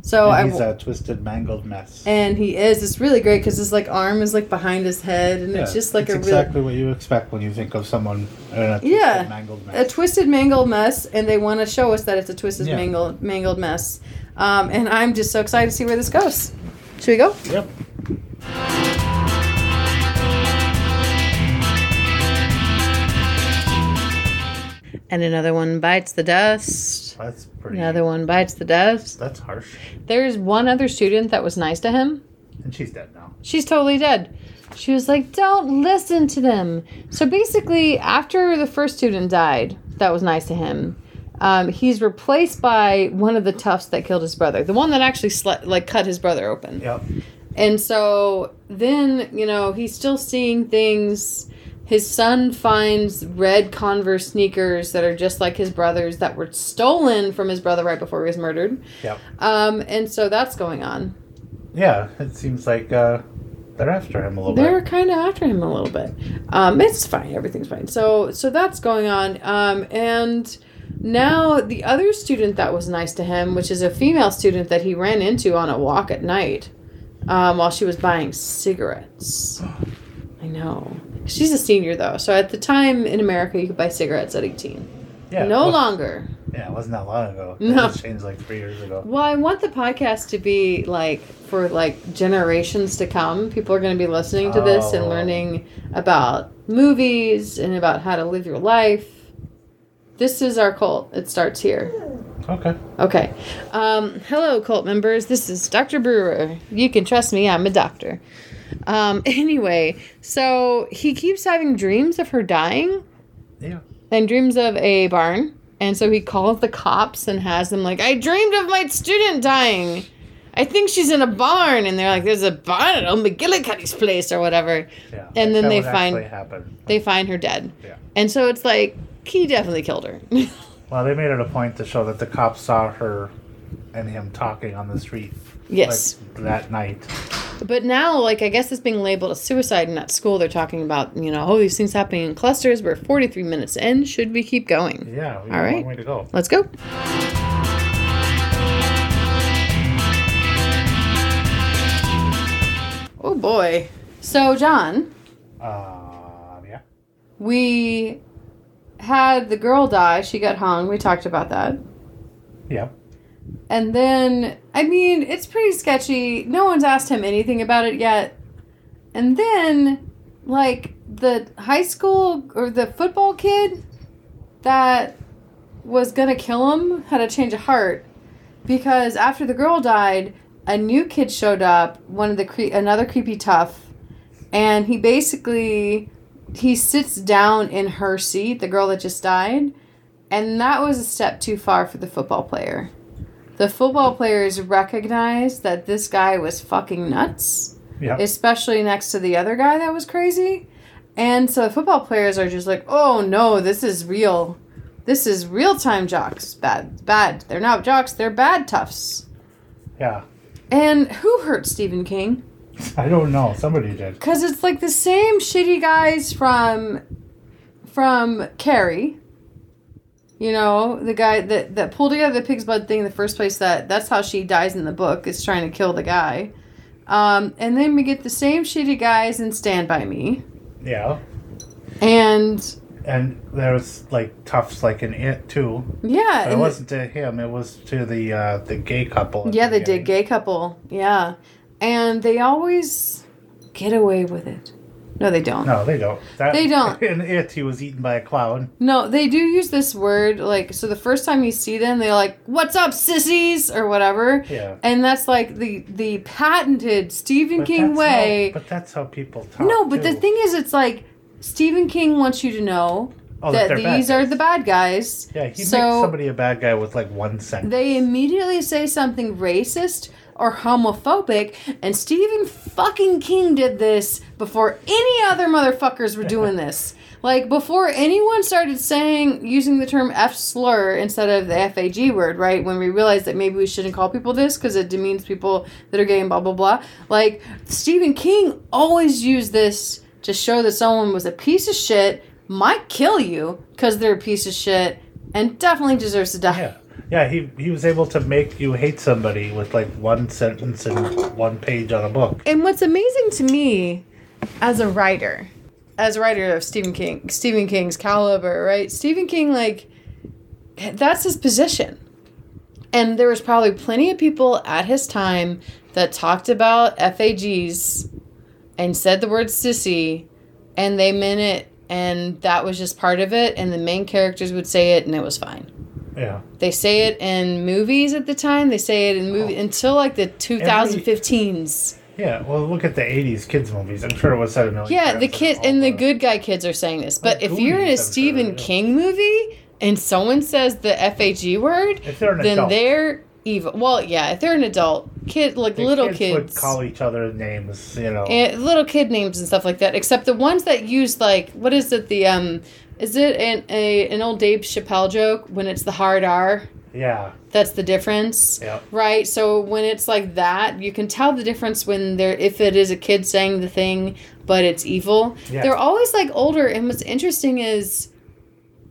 [SPEAKER 1] So I
[SPEAKER 2] and he's
[SPEAKER 1] w-
[SPEAKER 2] a twisted, mangled mess.
[SPEAKER 1] and he is. It's really great because his like arm is like behind his head, and it's just like
[SPEAKER 2] it's
[SPEAKER 1] a really
[SPEAKER 2] exactly what you expect when you think of someone in a twisted,
[SPEAKER 1] Yeah.
[SPEAKER 2] mangled
[SPEAKER 1] a
[SPEAKER 2] mess.
[SPEAKER 1] twisted mangled mess and they want to show us that it's a twisted
[SPEAKER 2] Yeah.
[SPEAKER 1] mangled mangled mess um, and i'm just so excited to see where this goes should we go
[SPEAKER 2] yep.
[SPEAKER 1] and another one bites the dust
[SPEAKER 2] That's pretty.
[SPEAKER 1] another one bites the dust
[SPEAKER 2] That's harsh.
[SPEAKER 1] there's one other student that was nice to him
[SPEAKER 2] And she's dead now.
[SPEAKER 1] she's totally dead she was like don't listen to them so basically after the first student died that was nice to him um, he's replaced by one of the toughs that killed his brother the one that actually sli- like cut his brother open
[SPEAKER 2] Yep.
[SPEAKER 1] And so then, you know, he's still seeing things. His son finds red Converse sneakers that are just like his brother's that were stolen from his brother right before he was murdered.
[SPEAKER 2] Yep.
[SPEAKER 1] Um, and so that's going on.
[SPEAKER 2] Yeah. It seems like uh, they're after him a little
[SPEAKER 1] They're
[SPEAKER 2] bit.
[SPEAKER 1] kind of after him a little bit. Um, it's fine. Everything's fine. So so that's going on. Um, and now the other student that was nice to him, which is a female student that he ran into on a walk at night, um, while she was buying cigarettes. I know. She's a senior though, so at the time in America you could buy cigarettes at eighteen.
[SPEAKER 2] Yeah.
[SPEAKER 1] no
[SPEAKER 2] well,
[SPEAKER 1] longer.
[SPEAKER 2] Yeah, it wasn't that long ago. It
[SPEAKER 1] No.
[SPEAKER 2] just changed like three years ago.
[SPEAKER 1] Well, I want the podcast to be like for like generations to come. People are going to be listening to this and
[SPEAKER 2] Oh.
[SPEAKER 1] learning about movies and about how to live your life. This is our cult. It starts here.
[SPEAKER 2] Okay.
[SPEAKER 1] Okay. Um, hello, cult members. This is Dr. Brewer. You can trust me, I'm a doctor. Um, anyway, so he keeps having dreams of her dying
[SPEAKER 2] Yeah.
[SPEAKER 1] and dreams of a barn. And so he calls the cops and has them like, I dreamed of my student dying. I think she's in a barn. And they're like, there's a barn at old McGillicuddy's place or whatever.
[SPEAKER 2] Yeah.
[SPEAKER 1] And then
[SPEAKER 2] that
[SPEAKER 1] they
[SPEAKER 2] would
[SPEAKER 1] find-
[SPEAKER 2] actually happen.
[SPEAKER 1] They find her dead.
[SPEAKER 2] Yeah.
[SPEAKER 1] And so it's like, he definitely killed her.
[SPEAKER 2] Well, they made it a point to show that the cops saw her and him talking on the street
[SPEAKER 1] yes.
[SPEAKER 2] like, that night.
[SPEAKER 1] But now, like, I guess it's being labeled as suicide, and at school they're talking about, you know, oh, these things happening in clusters. We're 43 minutes in. Should we keep going?
[SPEAKER 2] Yeah, we
[SPEAKER 1] All
[SPEAKER 2] got a
[SPEAKER 1] right.
[SPEAKER 2] long way to go.
[SPEAKER 1] Let's go. Oh boy. So, John,
[SPEAKER 2] Um, yeah.
[SPEAKER 1] we had the girl die. She got hung. We talked about that.
[SPEAKER 2] Yep.
[SPEAKER 1] And then, I mean, it's pretty sketchy. No one's asked him anything about it yet. And then, like, the high school or the football kid that was gonna kill him had a change of heart because after the girl died, a new kid showed up, one of the cre- another creepy tough, and he basically he sits down in her seat, the girl that just died, and that was a step too far for the football player the football players recognized that this guy was fucking nuts,
[SPEAKER 2] Yep.
[SPEAKER 1] especially next to the other guy that was crazy. And so the football players are just like, oh no, this is real. This is real time jocks. Bad, bad. They're not jocks, they're bad toughs.
[SPEAKER 2] yeah.
[SPEAKER 1] And who hurt Stephen King?
[SPEAKER 2] I don't know. Somebody did.
[SPEAKER 1] Because it's like the same shitty guys from from Carrie. You know, the guy that, that pulled together the pig's blood thing in the first place that that's how she dies in the book, is trying to kill the guy. Um, and then we get the same shitty guys in Stand By Me.
[SPEAKER 2] Yeah.
[SPEAKER 1] And
[SPEAKER 2] And there was like toughs like in it too.
[SPEAKER 1] yeah,
[SPEAKER 2] But it
[SPEAKER 1] and-
[SPEAKER 2] wasn't to him. It was to the uh, the gay couple. at
[SPEAKER 1] yeah,
[SPEAKER 2] the
[SPEAKER 1] they did gay
[SPEAKER 2] beginning.
[SPEAKER 1] couple. Yeah. And they always get away with it. No, they don't.
[SPEAKER 2] No, they don't. That,
[SPEAKER 1] They don't.
[SPEAKER 2] In it, he was eaten by a clown.
[SPEAKER 1] No, they do use this word like so the first time you see them they're like what's up sissies or whatever.
[SPEAKER 2] Yeah.
[SPEAKER 1] And that's like the the patented Stephen
[SPEAKER 2] But
[SPEAKER 1] King
[SPEAKER 2] that's
[SPEAKER 1] way.
[SPEAKER 2] How, but that's how people talk.
[SPEAKER 1] no, but the
[SPEAKER 2] too.
[SPEAKER 1] thing is it's like Stephen King wants you to know
[SPEAKER 2] Oh,
[SPEAKER 1] that
[SPEAKER 2] they're bad
[SPEAKER 1] these are
[SPEAKER 2] guys.
[SPEAKER 1] the bad guys.
[SPEAKER 2] Yeah, he makes
[SPEAKER 1] so-
[SPEAKER 2] somebody a bad guy with like one sentence.
[SPEAKER 1] They immediately say something racist or homophobic and Stephen fucking King did this before any other motherfuckers were doing this. Like before anyone started saying using the term F slur instead of the FAG word, right? When we realized that maybe we shouldn't call people this because it demeans people that are gay and blah blah blah. Like Stephen King always used this to show that someone was a piece of shit, might kill you because they're a piece of shit, and definitely deserves to die.
[SPEAKER 2] Yeah. Yeah, he, he was able to make you hate somebody with like one sentence and one page on a book.
[SPEAKER 1] And what's amazing to me as a writer, as a writer of Stephen King, Stephen King's caliber, right? Stephen King, like, that's his position. And there was probably plenty of people at his time that talked about FAGs and said the word sissy and they meant it and that was just part of it and the main characters would say it and it was fine.
[SPEAKER 2] Yeah.
[SPEAKER 1] They say it in movies at the time. They say it in movie until like the 2015s.
[SPEAKER 2] Yeah, well, look at the 80s kids' movies. I'm sure it was said a million
[SPEAKER 1] Yeah,
[SPEAKER 2] times
[SPEAKER 1] the
[SPEAKER 2] in
[SPEAKER 1] kid
[SPEAKER 2] all
[SPEAKER 1] and the good guy kids are saying this. But if you're in a
[SPEAKER 2] Goonies, I'm sure,
[SPEAKER 1] Stephen
[SPEAKER 2] yeah.
[SPEAKER 1] King movie and someone says the FAG word,
[SPEAKER 2] If they're an
[SPEAKER 1] then
[SPEAKER 2] adult.
[SPEAKER 1] they're evil. Well, yeah, if they're an adult kid, like
[SPEAKER 2] the
[SPEAKER 1] little
[SPEAKER 2] kids,
[SPEAKER 1] kids,
[SPEAKER 2] would call each other names, you know.
[SPEAKER 1] and little kid names and stuff like that. Except the ones that use like what is it? The um, is it an a an old Dave Chappelle joke when it's the hard R?
[SPEAKER 2] yeah,
[SPEAKER 1] That's the difference.
[SPEAKER 2] yeah.
[SPEAKER 1] Right. So when it's like that, you can tell the difference when they're if it is a kid saying the thing, but it's evil.
[SPEAKER 2] Yeah.
[SPEAKER 1] They're always like older, and what's interesting is,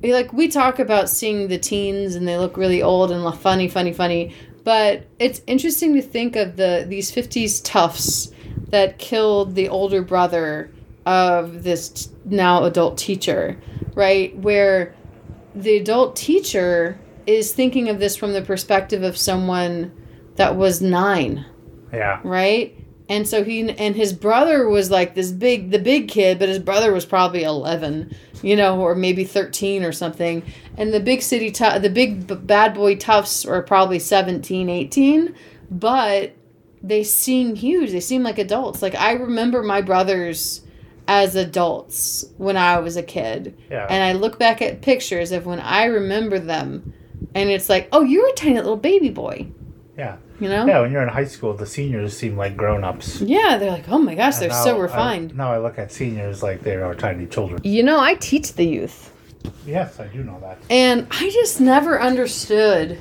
[SPEAKER 1] like we talk about seeing the teens and they look really old and la- funny, funny, funny. But it's interesting to think of the these fifties toughs that killed the older brother of this t- now adult teacher, right? Where the adult teacher is thinking of this from the perspective of someone that was nine,
[SPEAKER 2] Yeah.
[SPEAKER 1] right? And so he and his brother was like this big, the big kid, but his brother was probably eleven, you know, or maybe thirteen or something. And the big city, tou- the big b- bad boy toughs are probably 17, 18, but they seem huge. They seem like adults. Like I remember my brothers as adults when I was a kid,
[SPEAKER 2] Yeah.
[SPEAKER 1] and I look back at pictures of when I remember them, and it's like, oh, you were a tiny little baby boy.
[SPEAKER 2] Yeah.
[SPEAKER 1] You know?
[SPEAKER 2] yeah, when you're in high school, the seniors seem like grown ups.
[SPEAKER 1] Yeah, they're like, oh my gosh, they're so refined.
[SPEAKER 2] now I look at seniors like they are tiny children.
[SPEAKER 1] you know, I teach the youth.
[SPEAKER 2] Yes, I do know that.
[SPEAKER 1] And I just never understood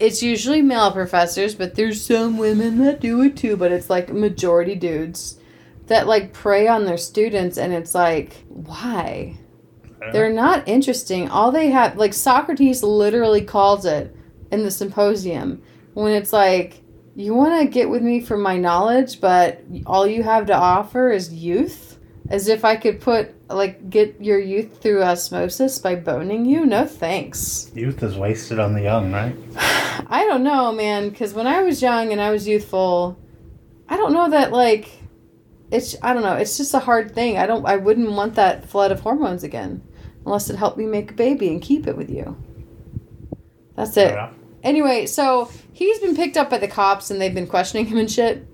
[SPEAKER 1] it's usually male professors, but there's some women that do it too, but it's like majority dudes that like prey on their students and it's like why? They're not interesting. All they have like Socrates literally calls it in the symposium when it's like you want to get with me for my knowledge, but all you have to offer is youth. As if I could put like get your youth through osmosis by boning you? No thanks.
[SPEAKER 2] Youth is wasted on the young, right?
[SPEAKER 1] I don't know, man, because when I was young and I was youthful, I don't know that like it's I don't know, it's just a hard thing. I don't I wouldn't want that flood of hormones again unless it helped me make a baby and keep it with you. That's it.
[SPEAKER 2] Fair enough.
[SPEAKER 1] Anyway, so he's been picked up by the cops and they've been questioning him and shit.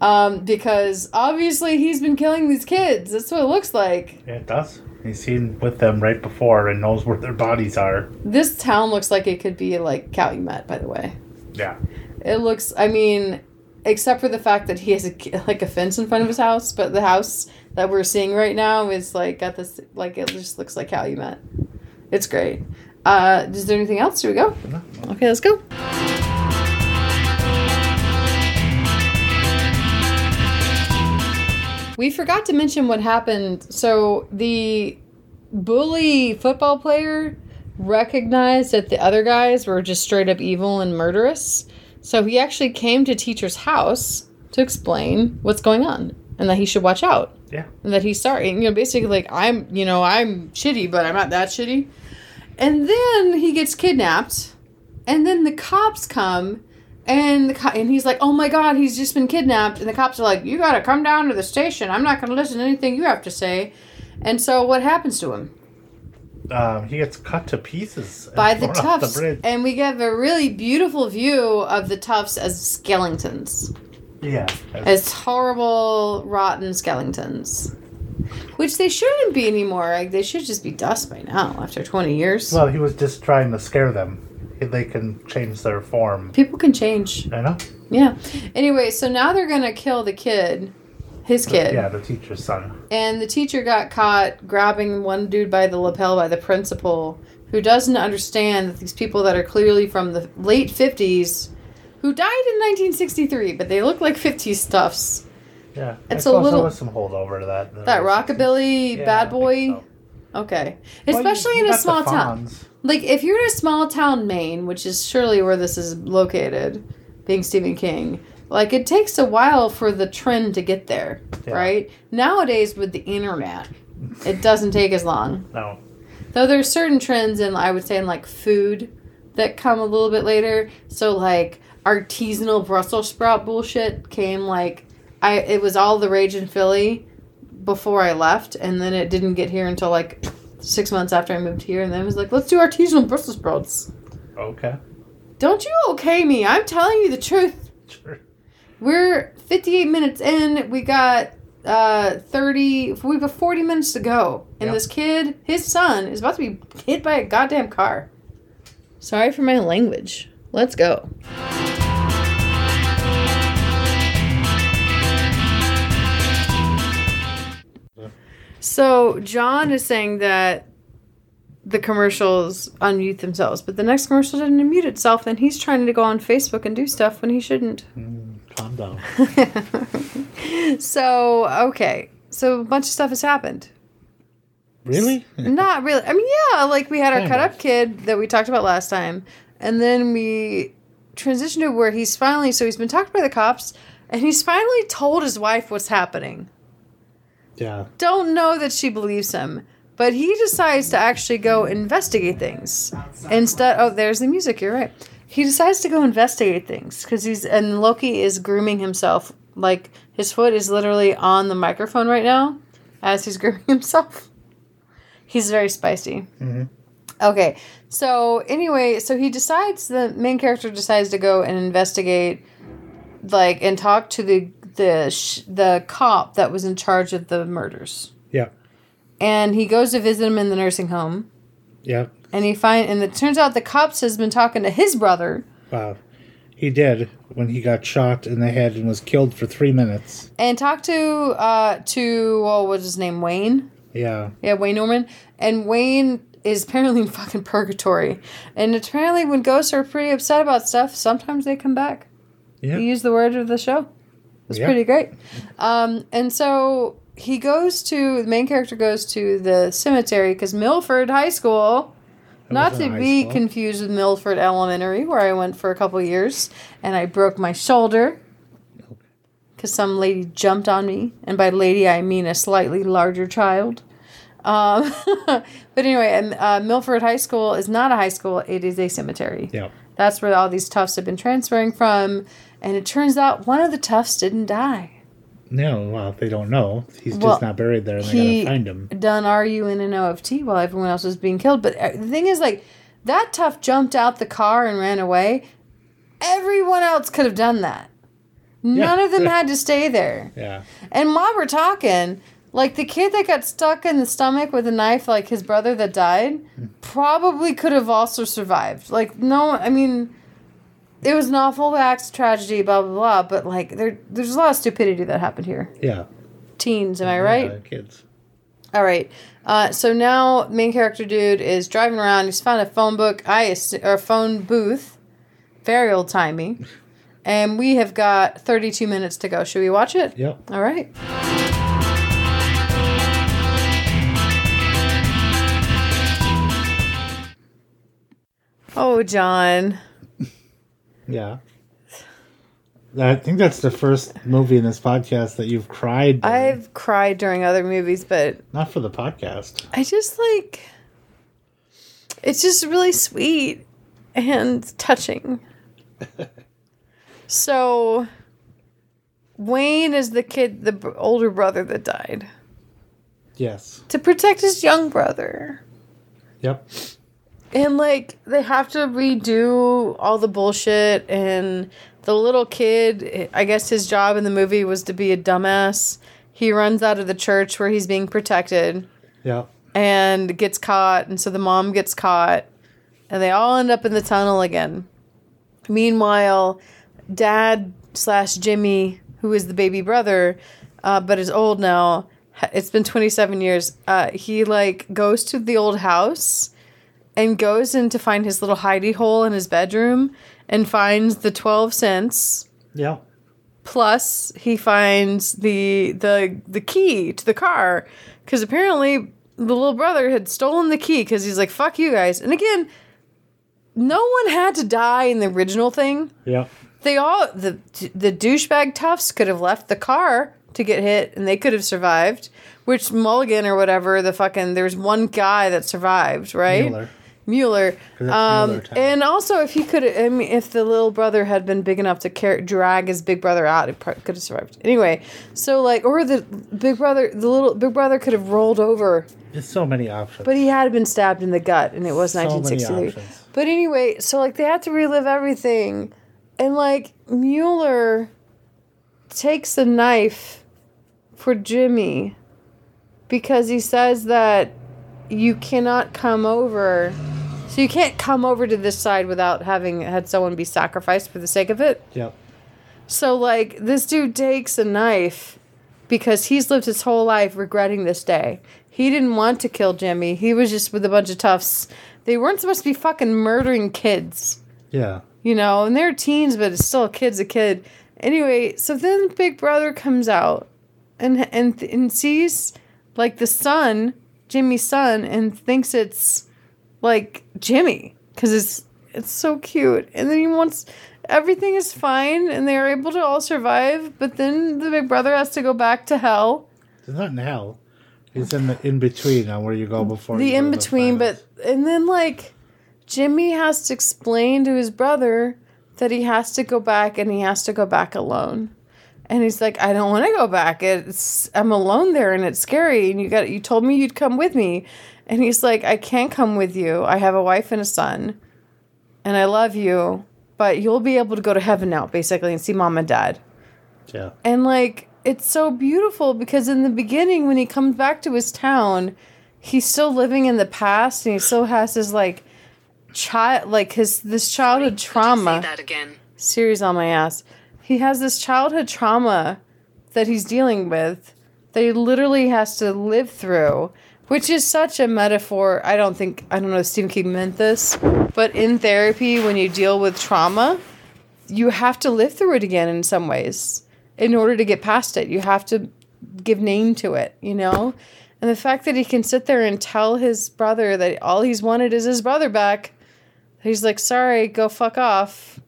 [SPEAKER 1] Um, because obviously he's been killing these kids. That's what it looks like.
[SPEAKER 2] Yeah, it does. He's seen with them right before and knows where their bodies are.
[SPEAKER 1] This town looks like it could be like Calumet, by the way.
[SPEAKER 2] Yeah.
[SPEAKER 1] It looks. I mean, except for the fact that he has a, ki- like a fence in front of his house, but the house that we're seeing right now is like got this like it just looks like Calumet. It's great. Uh, is there anything else? Should we go?
[SPEAKER 2] No.
[SPEAKER 1] Okay, let's go. We forgot to mention what happened. So the bully football player recognized that the other guys were just straight up evil and murderous. So he actually came to teacher's house to explain what's going on and that he should watch out.
[SPEAKER 2] Yeah.
[SPEAKER 1] And that he's sorry. And, you know, basically like I'm, you know, I'm shitty, but I'm not that shitty. And then he gets kidnapped. And then the cops come and the co- and he's like, "Oh my god, he's just been kidnapped." And the cops are like, "You got to come down to the station. I'm not going to listen to anything you have to say." And so what happens to him?
[SPEAKER 2] Um, he gets cut to pieces and
[SPEAKER 1] by the
[SPEAKER 2] thrown off
[SPEAKER 1] Tufts,
[SPEAKER 2] The bridge.
[SPEAKER 1] and we get a really beautiful view of the Tufts as skeletons,
[SPEAKER 2] Yeah.
[SPEAKER 1] as horrible, rotten skeletons, which they shouldn't be anymore. Like they should just be dust by now after twenty years.
[SPEAKER 2] Well, he was just trying to scare them. They can change their form.
[SPEAKER 1] People can change.
[SPEAKER 2] I know.
[SPEAKER 1] Yeah. Anyway, so now they're gonna kill the kid, his kid,
[SPEAKER 2] Yeah, the teacher's son.
[SPEAKER 1] and the teacher got caught grabbing one dude by the lapel by the principal. Who doesn't understand that these people that are clearly from the late 50s who died in 1963, but they look like 50s stuffs.
[SPEAKER 2] Yeah.
[SPEAKER 1] It's
[SPEAKER 2] I
[SPEAKER 1] a
[SPEAKER 2] suppose
[SPEAKER 1] little-
[SPEAKER 2] There was some holdover to that. There
[SPEAKER 1] That
[SPEAKER 2] was-
[SPEAKER 1] rockabilly
[SPEAKER 2] Yeah, I
[SPEAKER 1] bad
[SPEAKER 2] think
[SPEAKER 1] boy.
[SPEAKER 2] so.
[SPEAKER 1] Okay.
[SPEAKER 2] Well, you-
[SPEAKER 1] Especially
[SPEAKER 2] you
[SPEAKER 1] in a
[SPEAKER 2] got the
[SPEAKER 1] small town.
[SPEAKER 2] Fonz.
[SPEAKER 1] Like, if you're in a small town, Maine, which is surely where this is located, being Stephen King, like, it takes a while for the trend to get there,
[SPEAKER 2] Yeah.
[SPEAKER 1] right? Nowadays, with the internet, it doesn't take as long.
[SPEAKER 2] No.
[SPEAKER 1] Though there's certain trends in I would say in like food that come a little bit later. So like artisanal Brussels sprout bullshit came like I it was all the rage in Philly before I left and then it didn't get here until like six months after I moved here and then it was like, let's do artisanal Brussels sprouts.
[SPEAKER 2] Okay.
[SPEAKER 1] Don't you okay me. I'm telling you the truth.
[SPEAKER 2] Sure.
[SPEAKER 1] We're 58 minutes in. We got uh 30 we've got 40 minutes to go and
[SPEAKER 2] Yep.
[SPEAKER 1] this kid his son is about to be hit by a goddamn car sorry for my language let's go so john is saying that the commercials unmute themselves but the next commercial didn't unmute itself and he's trying to go on facebook and do stuff when he shouldn't
[SPEAKER 2] Mm, calm down.
[SPEAKER 1] so okay so a bunch of stuff has happened
[SPEAKER 2] Really?
[SPEAKER 1] not really i mean yeah like we had our
[SPEAKER 2] Kind
[SPEAKER 1] cut up
[SPEAKER 2] of.
[SPEAKER 1] kid that we talked about last time and then we transitioned to where he's finally so he's been talked by the cops and he's finally told his wife what's happening
[SPEAKER 2] yeah.
[SPEAKER 1] don't know that she believes him but he decides to actually go investigate things instead oh there's the music you're right he decides to go investigate things because he's and loki is grooming himself like his foot is literally on the microphone right now as he's grooming himself he's very spicy
[SPEAKER 2] Mhm.
[SPEAKER 1] okay so anyway so he decides the main character decides to go and investigate like and talk to the the sh- the cop that was in charge of the murders
[SPEAKER 2] Yeah.
[SPEAKER 1] and he goes to visit him in the nursing home
[SPEAKER 2] Yeah.
[SPEAKER 1] and he find and it turns out the cops has been talking to his brother
[SPEAKER 2] Wow. He did when he got shot in the head and was killed for three minutes.
[SPEAKER 1] and talked to uh to oh, what was his name Wayne
[SPEAKER 2] Yeah.
[SPEAKER 1] yeah Wayne Norman and Wayne is apparently in fucking purgatory. And apparently, when ghosts are pretty upset about stuff, sometimes they come back.
[SPEAKER 2] Yeah.
[SPEAKER 1] You use the word of the show. It's
[SPEAKER 2] Yeah.
[SPEAKER 1] pretty great. Um, and so he goes to the main character goes to the cemetery because Milford High School, not
[SPEAKER 2] was
[SPEAKER 1] to
[SPEAKER 2] in high
[SPEAKER 1] be
[SPEAKER 2] school.
[SPEAKER 1] confused with Milford Elementary, where I went for a couple years and I broke my shoulder because some lady jumped on me, and by lady I mean a slightly larger child. Um, but anyway, and, uh, Milford High School is not a high school; it is a cemetery.
[SPEAKER 2] Yeah.
[SPEAKER 1] That's where all these toughs have been transferring from. And it turns out one of the toughs didn't die.
[SPEAKER 2] No, well, they don't know. He's
[SPEAKER 1] Well,
[SPEAKER 2] just not buried there, and
[SPEAKER 1] he-
[SPEAKER 2] they gotta find him.
[SPEAKER 1] Done RU in an OFT while everyone else was being killed. But uh, the thing is, like, that tough jumped out the car and ran away. Everyone else could have done that. None of them had to stay there.
[SPEAKER 2] Yeah.
[SPEAKER 1] And while we're talking, like the kid that got stuck in the stomach with a knife, like his brother that died,
[SPEAKER 2] Hmm.
[SPEAKER 1] probably could have also survived. Like, no, I mean, it was an awful act, tragedy, blah, blah, blah. But like, there, there's a lot of stupidity that happened here.
[SPEAKER 2] Yeah.
[SPEAKER 1] Teens, am I right?
[SPEAKER 2] Yeah, kids.
[SPEAKER 1] All right. Uh, so now main character dude is driving around. He's found a phone book, I ass- or phone booth, very old timey, and we have got 32 minutes to go. Should we watch it?
[SPEAKER 2] Yep.
[SPEAKER 1] All right. Oh, John.
[SPEAKER 2] Yeah. I think that's the first movie in this podcast that you've cried. during.
[SPEAKER 1] I've cried during other movies, but
[SPEAKER 2] Not for the podcast.
[SPEAKER 1] I just like. It's just really sweet and touching. so, Wayne is the kid, the b- older brother that died
[SPEAKER 2] Yes.
[SPEAKER 1] to protect his young brother.
[SPEAKER 2] Yep.
[SPEAKER 1] And like they have to redo all the bullshit and the little kid I guess his job in the movie was to be a dumbass. He runs out of the church where he's being protected
[SPEAKER 2] Yep.
[SPEAKER 1] and gets caught and so the mom gets caught and they all end up in the tunnel again. Meanwhile, dad slash Jimmy, who is the baby brother, uh, but is old now. ha- It's been 27 years. Uh, he like goes to the old house and goes in to find his little hidey hole in his bedroom and finds the 12 cents.
[SPEAKER 2] Yep.
[SPEAKER 1] Plus, he finds the the the key to the car because apparently the little brother had stolen the key because he's like, "Fuck you guys!" And again, no one had to die in the original thing
[SPEAKER 2] Yep.
[SPEAKER 1] they all the the douchebag toughs could have left the car to get hit and they could have survived which mulligan or whatever the fucking there's one guy that survived right
[SPEAKER 2] Mueller.
[SPEAKER 1] Mueller.
[SPEAKER 2] that's
[SPEAKER 1] Um,
[SPEAKER 2] Mueller time.
[SPEAKER 1] and also, if he could, I mean, if the little brother had been big enough to car- drag his big brother out, it probably could have survived. Anyway, so like, or the big brother, the little big brother could have rolled over
[SPEAKER 2] There's so many options.
[SPEAKER 1] but he had been stabbed in the gut, and it was
[SPEAKER 2] So many
[SPEAKER 1] 1963.
[SPEAKER 2] options.
[SPEAKER 1] But anyway, so like they had to relive everything, and like Mueller takes a knife for Jimmy because he says that you cannot come over, so you can't come over to this side without having had someone be sacrificed for the sake of it.
[SPEAKER 2] yep.
[SPEAKER 1] So like this dude takes a knife because he's lived his whole life regretting this day. He didn't want to kill Jimmy. He was just with a bunch of toughs. They weren't supposed to be fucking murdering kids,
[SPEAKER 2] Yeah.
[SPEAKER 1] you know, and they're teens, but it's still a kid's a kid. Anyway, so then Big Brother comes out and and and sees like the son, Jimmy's son, and thinks it's like Jimmy because it's it's so cute. And then he wants everything is fine, and they are able to all survive. But then the big brother has to go back to hell,
[SPEAKER 2] It's not in hell. It's in the in between on where you go before
[SPEAKER 1] the
[SPEAKER 2] you go to
[SPEAKER 1] in between.
[SPEAKER 2] finals.
[SPEAKER 1] But and then like Jimmy has to explain to his brother that he has to go back, and he has to go back alone. And he's like, I don't want to go back. It's I'm alone there, and it's scary. And you got you told me you'd come with me, and he's like, I can't come with you. I have a wife and a son. and I love you, but you'll be able to go to heaven now, basically, and see mom and dad.
[SPEAKER 2] yeah.
[SPEAKER 1] And like, it's so beautiful because in the beginning, when he comes back to his town, he's still living in the past and he still has his like child, like his this childhood trauma
[SPEAKER 4] Say that again.
[SPEAKER 1] series on my ass. He has this childhood trauma that he's dealing with that he literally has to live through. Which is such a metaphor. I don't think, I don't know if Stephen King meant this, but in therapy, when you deal with trauma, you have to live through it again in some ways in order to get past it. You have to give name to it, you know? And the fact that he can sit there and tell his brother that all he's wanted is his brother back, he's like, sorry, go fuck off,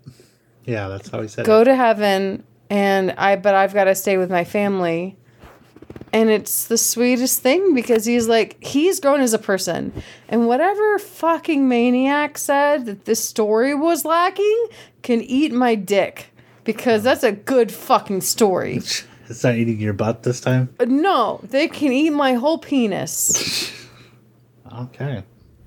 [SPEAKER 4] Yeah, that's how he said
[SPEAKER 1] go
[SPEAKER 4] it.
[SPEAKER 1] to heaven, and I, but I've got to stay with my family. And it's the sweetest thing because he's like, he's grown as a person. And whatever fucking maniac said that this story was lacking can eat my dick because that's a good fucking story.
[SPEAKER 4] It's not eating your butt this time.
[SPEAKER 1] But no, they can eat my whole penis.
[SPEAKER 4] Okay.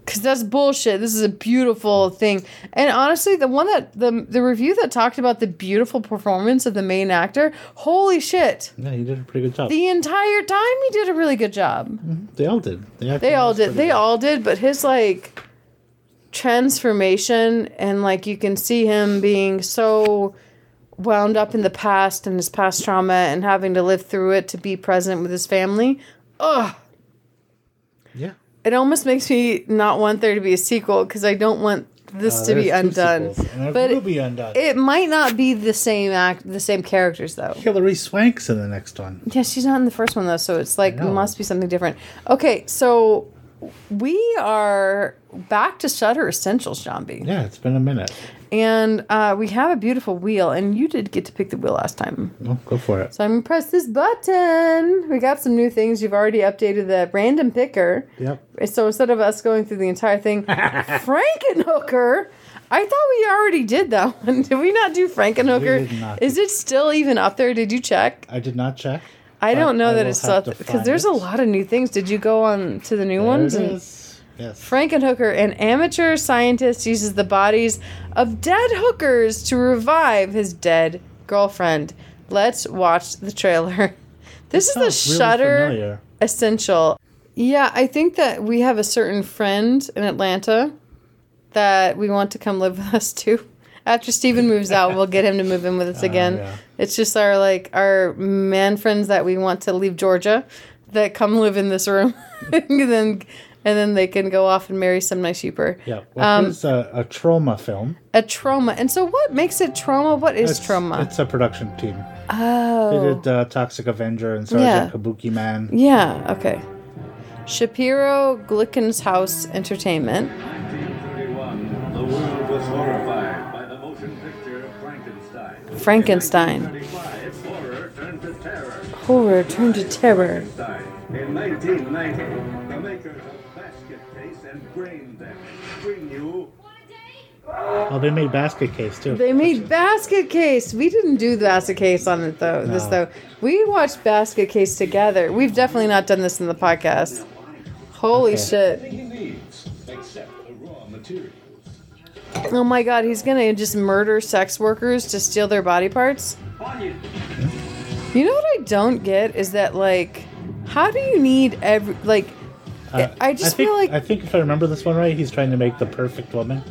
[SPEAKER 1] because that's bullshit. This is a beautiful thing. And honestly, the one that the the review that talked about the beautiful performance of the main actor, holy shit!
[SPEAKER 4] Yeah, you did a pretty good job.
[SPEAKER 1] The entire time he did a really good job.
[SPEAKER 4] they all did. The
[SPEAKER 1] They
[SPEAKER 4] acting
[SPEAKER 1] all
[SPEAKER 4] was
[SPEAKER 1] did.
[SPEAKER 4] Mm, pretty
[SPEAKER 1] They
[SPEAKER 4] good.
[SPEAKER 1] all did. But his like transformation and like you can see him being so wound up in the past and his past trauma and having to live through it to be present with his family. Ugh.
[SPEAKER 4] Yeah.
[SPEAKER 1] it almost makes me not want there to be a sequel because I don't want this
[SPEAKER 4] Uh,
[SPEAKER 1] to be
[SPEAKER 4] there's two
[SPEAKER 1] undone.
[SPEAKER 4] sequels, and it
[SPEAKER 1] But
[SPEAKER 4] will be undone.
[SPEAKER 1] It might not be the same act, the same characters though.
[SPEAKER 4] Hillary Swank's in the next one.
[SPEAKER 1] Yeah, she's not in the first one though, so it's like
[SPEAKER 4] know.
[SPEAKER 1] must be something different. Okay, so we are back to Shutter Essentials, zombie,
[SPEAKER 4] Yeah, it's been a minute.
[SPEAKER 1] and uh, we have a beautiful wheel. And you did get to pick the wheel last time,
[SPEAKER 4] Well, go for it.
[SPEAKER 1] so I'm gonna press this button. We got some new things. You've already updated the random picker.
[SPEAKER 4] Yep.
[SPEAKER 1] So instead of us going through the entire thing, Frankenhooker. I thought we already did that one. Did we not do
[SPEAKER 4] We did
[SPEAKER 1] Frankenhooker?
[SPEAKER 4] not
[SPEAKER 1] Is it still even up there? Did you check?
[SPEAKER 4] I did not check.
[SPEAKER 1] I don't know
[SPEAKER 4] I
[SPEAKER 1] that
[SPEAKER 4] will
[SPEAKER 1] it's still
[SPEAKER 4] have
[SPEAKER 1] up
[SPEAKER 4] to
[SPEAKER 1] because
[SPEAKER 4] find
[SPEAKER 1] there's a
[SPEAKER 4] it.
[SPEAKER 1] lot of new things. Did you go on to the new
[SPEAKER 4] There
[SPEAKER 1] ones?
[SPEAKER 4] it
[SPEAKER 1] And
[SPEAKER 4] is. Yes.
[SPEAKER 1] Frankenhooker, an amateur scientist, uses the bodies of dead hookers to revive his dead girlfriend. Let's watch the trailer. This is the
[SPEAKER 4] Sounds Oh, really
[SPEAKER 1] Shutter
[SPEAKER 4] familiar. Oh,
[SPEAKER 1] essential. Yeah, I think that we have a certain friend in Atlanta that we want to come live with us too. After Steven moves out, we'll get him to move in with us again.
[SPEAKER 4] Ah, yeah.
[SPEAKER 1] It's just our like our man friends that we want to leave Georgia that come live in this room and then and then they can go off and marry some nice sheeper.
[SPEAKER 4] Yeah. Well,
[SPEAKER 1] Um,
[SPEAKER 4] here's a, a trauma film.
[SPEAKER 1] A trauma. And so what makes it trauma? What is trauma?
[SPEAKER 4] It's a production team. They
[SPEAKER 1] oh.
[SPEAKER 4] did uh, Toxic Avenger and Sergeant
[SPEAKER 1] Yeah.
[SPEAKER 4] Kabuki Man.
[SPEAKER 1] Yeah, okay. Shapiro Glicken's House Entertainment.
[SPEAKER 5] 1931, the world was horrified by the motion picture of Frankenstein.
[SPEAKER 1] Frankenstein.
[SPEAKER 5] 1935, horror turned to terror.
[SPEAKER 1] Horror turned to terror.
[SPEAKER 5] Frankenstein. In 1990, the makers of Basket Case and Brain Damage bring you
[SPEAKER 4] Oh, they made Basket Case too.
[SPEAKER 1] They made Basket Case. We didn't do the Basket Case on it though. This
[SPEAKER 4] No.
[SPEAKER 1] though. We watched Basket Case together. We've definitely not done this in the podcast. Holy shit.
[SPEAKER 5] he needs, except the raw materials.
[SPEAKER 1] Oh my god, he's gonna just murder sex workers to steal their body parts?
[SPEAKER 5] Onion,
[SPEAKER 1] You know what I don't get is that like how do you need every like
[SPEAKER 4] Uh,
[SPEAKER 1] I just
[SPEAKER 4] think,
[SPEAKER 1] feel like
[SPEAKER 4] I think if I remember this one right, he's trying to make the perfect woman.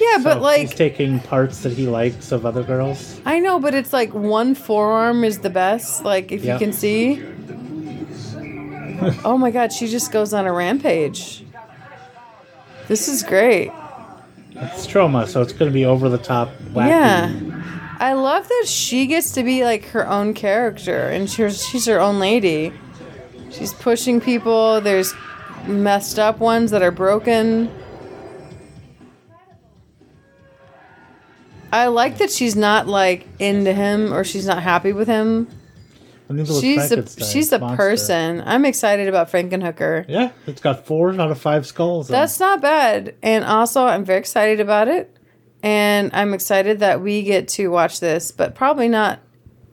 [SPEAKER 1] yeah, but
[SPEAKER 4] So
[SPEAKER 1] like
[SPEAKER 4] he's taking parts that he likes of other girls.
[SPEAKER 1] I know, but it's like one forearm is the best. Like if
[SPEAKER 4] Yeah.
[SPEAKER 1] you can see. oh my god, she just goes on a rampage. This is great.
[SPEAKER 4] It's trauma, so it's going to be over the top. Wacky.
[SPEAKER 1] Yeah. I love that she gets to be like her own character and she's she's her own lady. She's pushing people. There's messed up ones that are broken. I like that she's not like into him or she's not happy with him.
[SPEAKER 4] And these are
[SPEAKER 1] she's a
[SPEAKER 4] Frankenstein's
[SPEAKER 1] she's a
[SPEAKER 4] monster.
[SPEAKER 1] person. I'm excited about Frankenhooker.
[SPEAKER 4] Yeah, it's got four out of five skulls.
[SPEAKER 1] That's not bad, and also I'm very excited about it, and I'm excited that we get to watch this, but probably not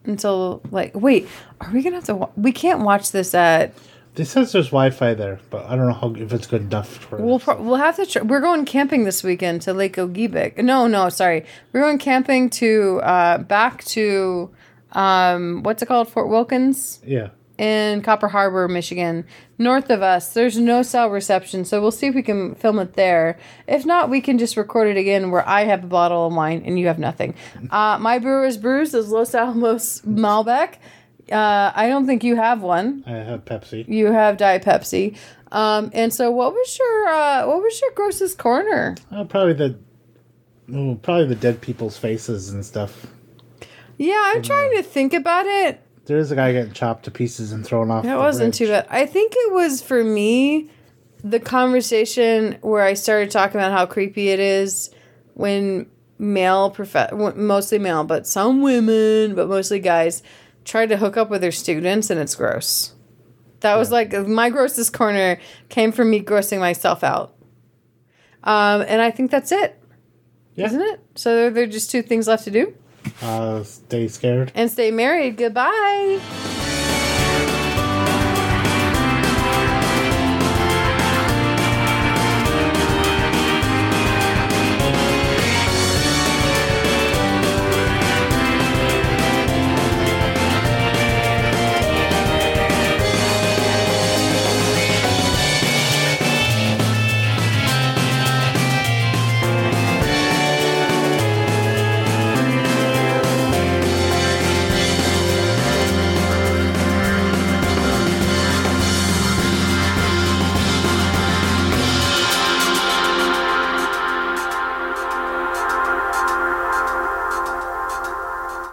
[SPEAKER 1] until like wait, are we gonna have to? Wa- we can't watch this at.
[SPEAKER 4] It says there's Wi-Fi there, but I don't know how if it's good enough for.
[SPEAKER 1] We'll
[SPEAKER 4] us.
[SPEAKER 1] pro- we'll have to. Tr- we're going camping this weekend to Lake Ogeebic. No, no, sorry, we're going camping to uh, back to um, what's it called, Fort Wilkins.
[SPEAKER 4] yeah,
[SPEAKER 1] in Copper Harbor, Michigan, north of us. There's no cell reception, so we'll see if we can film it there. If not, we can just record it again where I have a bottle of wine and you have nothing. Uh, my brewer's brews is Los Alamos Malbec. Uh, I don't think you have one.
[SPEAKER 2] I have Pepsi.
[SPEAKER 1] You have Diet Pepsi. Um, and so, what was your uh, what was your grossest corner?
[SPEAKER 2] Uh, probably the, ooh, probably the dead people's faces and stuff.
[SPEAKER 1] Yeah, I'm trying to think about it.
[SPEAKER 2] There is a guy getting chopped to pieces and thrown off.
[SPEAKER 1] That
[SPEAKER 2] the
[SPEAKER 1] wasn't too
[SPEAKER 2] bridge.
[SPEAKER 1] bad. I think it was for me the conversation where I started talking about how creepy it is when male prof- mostly male, but some women, but mostly guys try to hook up with their students and it's gross. That was like my grossest corner came from me grossing myself out. Um, and I think that's it,
[SPEAKER 2] Yeah.
[SPEAKER 1] not it? So there, there are just two things left to do
[SPEAKER 2] Uh, stay scared.
[SPEAKER 1] and stay married. Goodbye.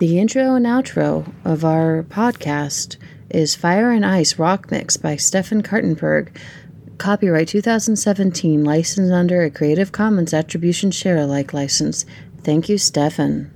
[SPEAKER 6] The intro and outro of our podcast is Fire and Ice Rock Mix by Stefan Kartenberg. Copyright 2017, licensed under a Creative Commons Attribution Share Alike license. Thank you, Stefan.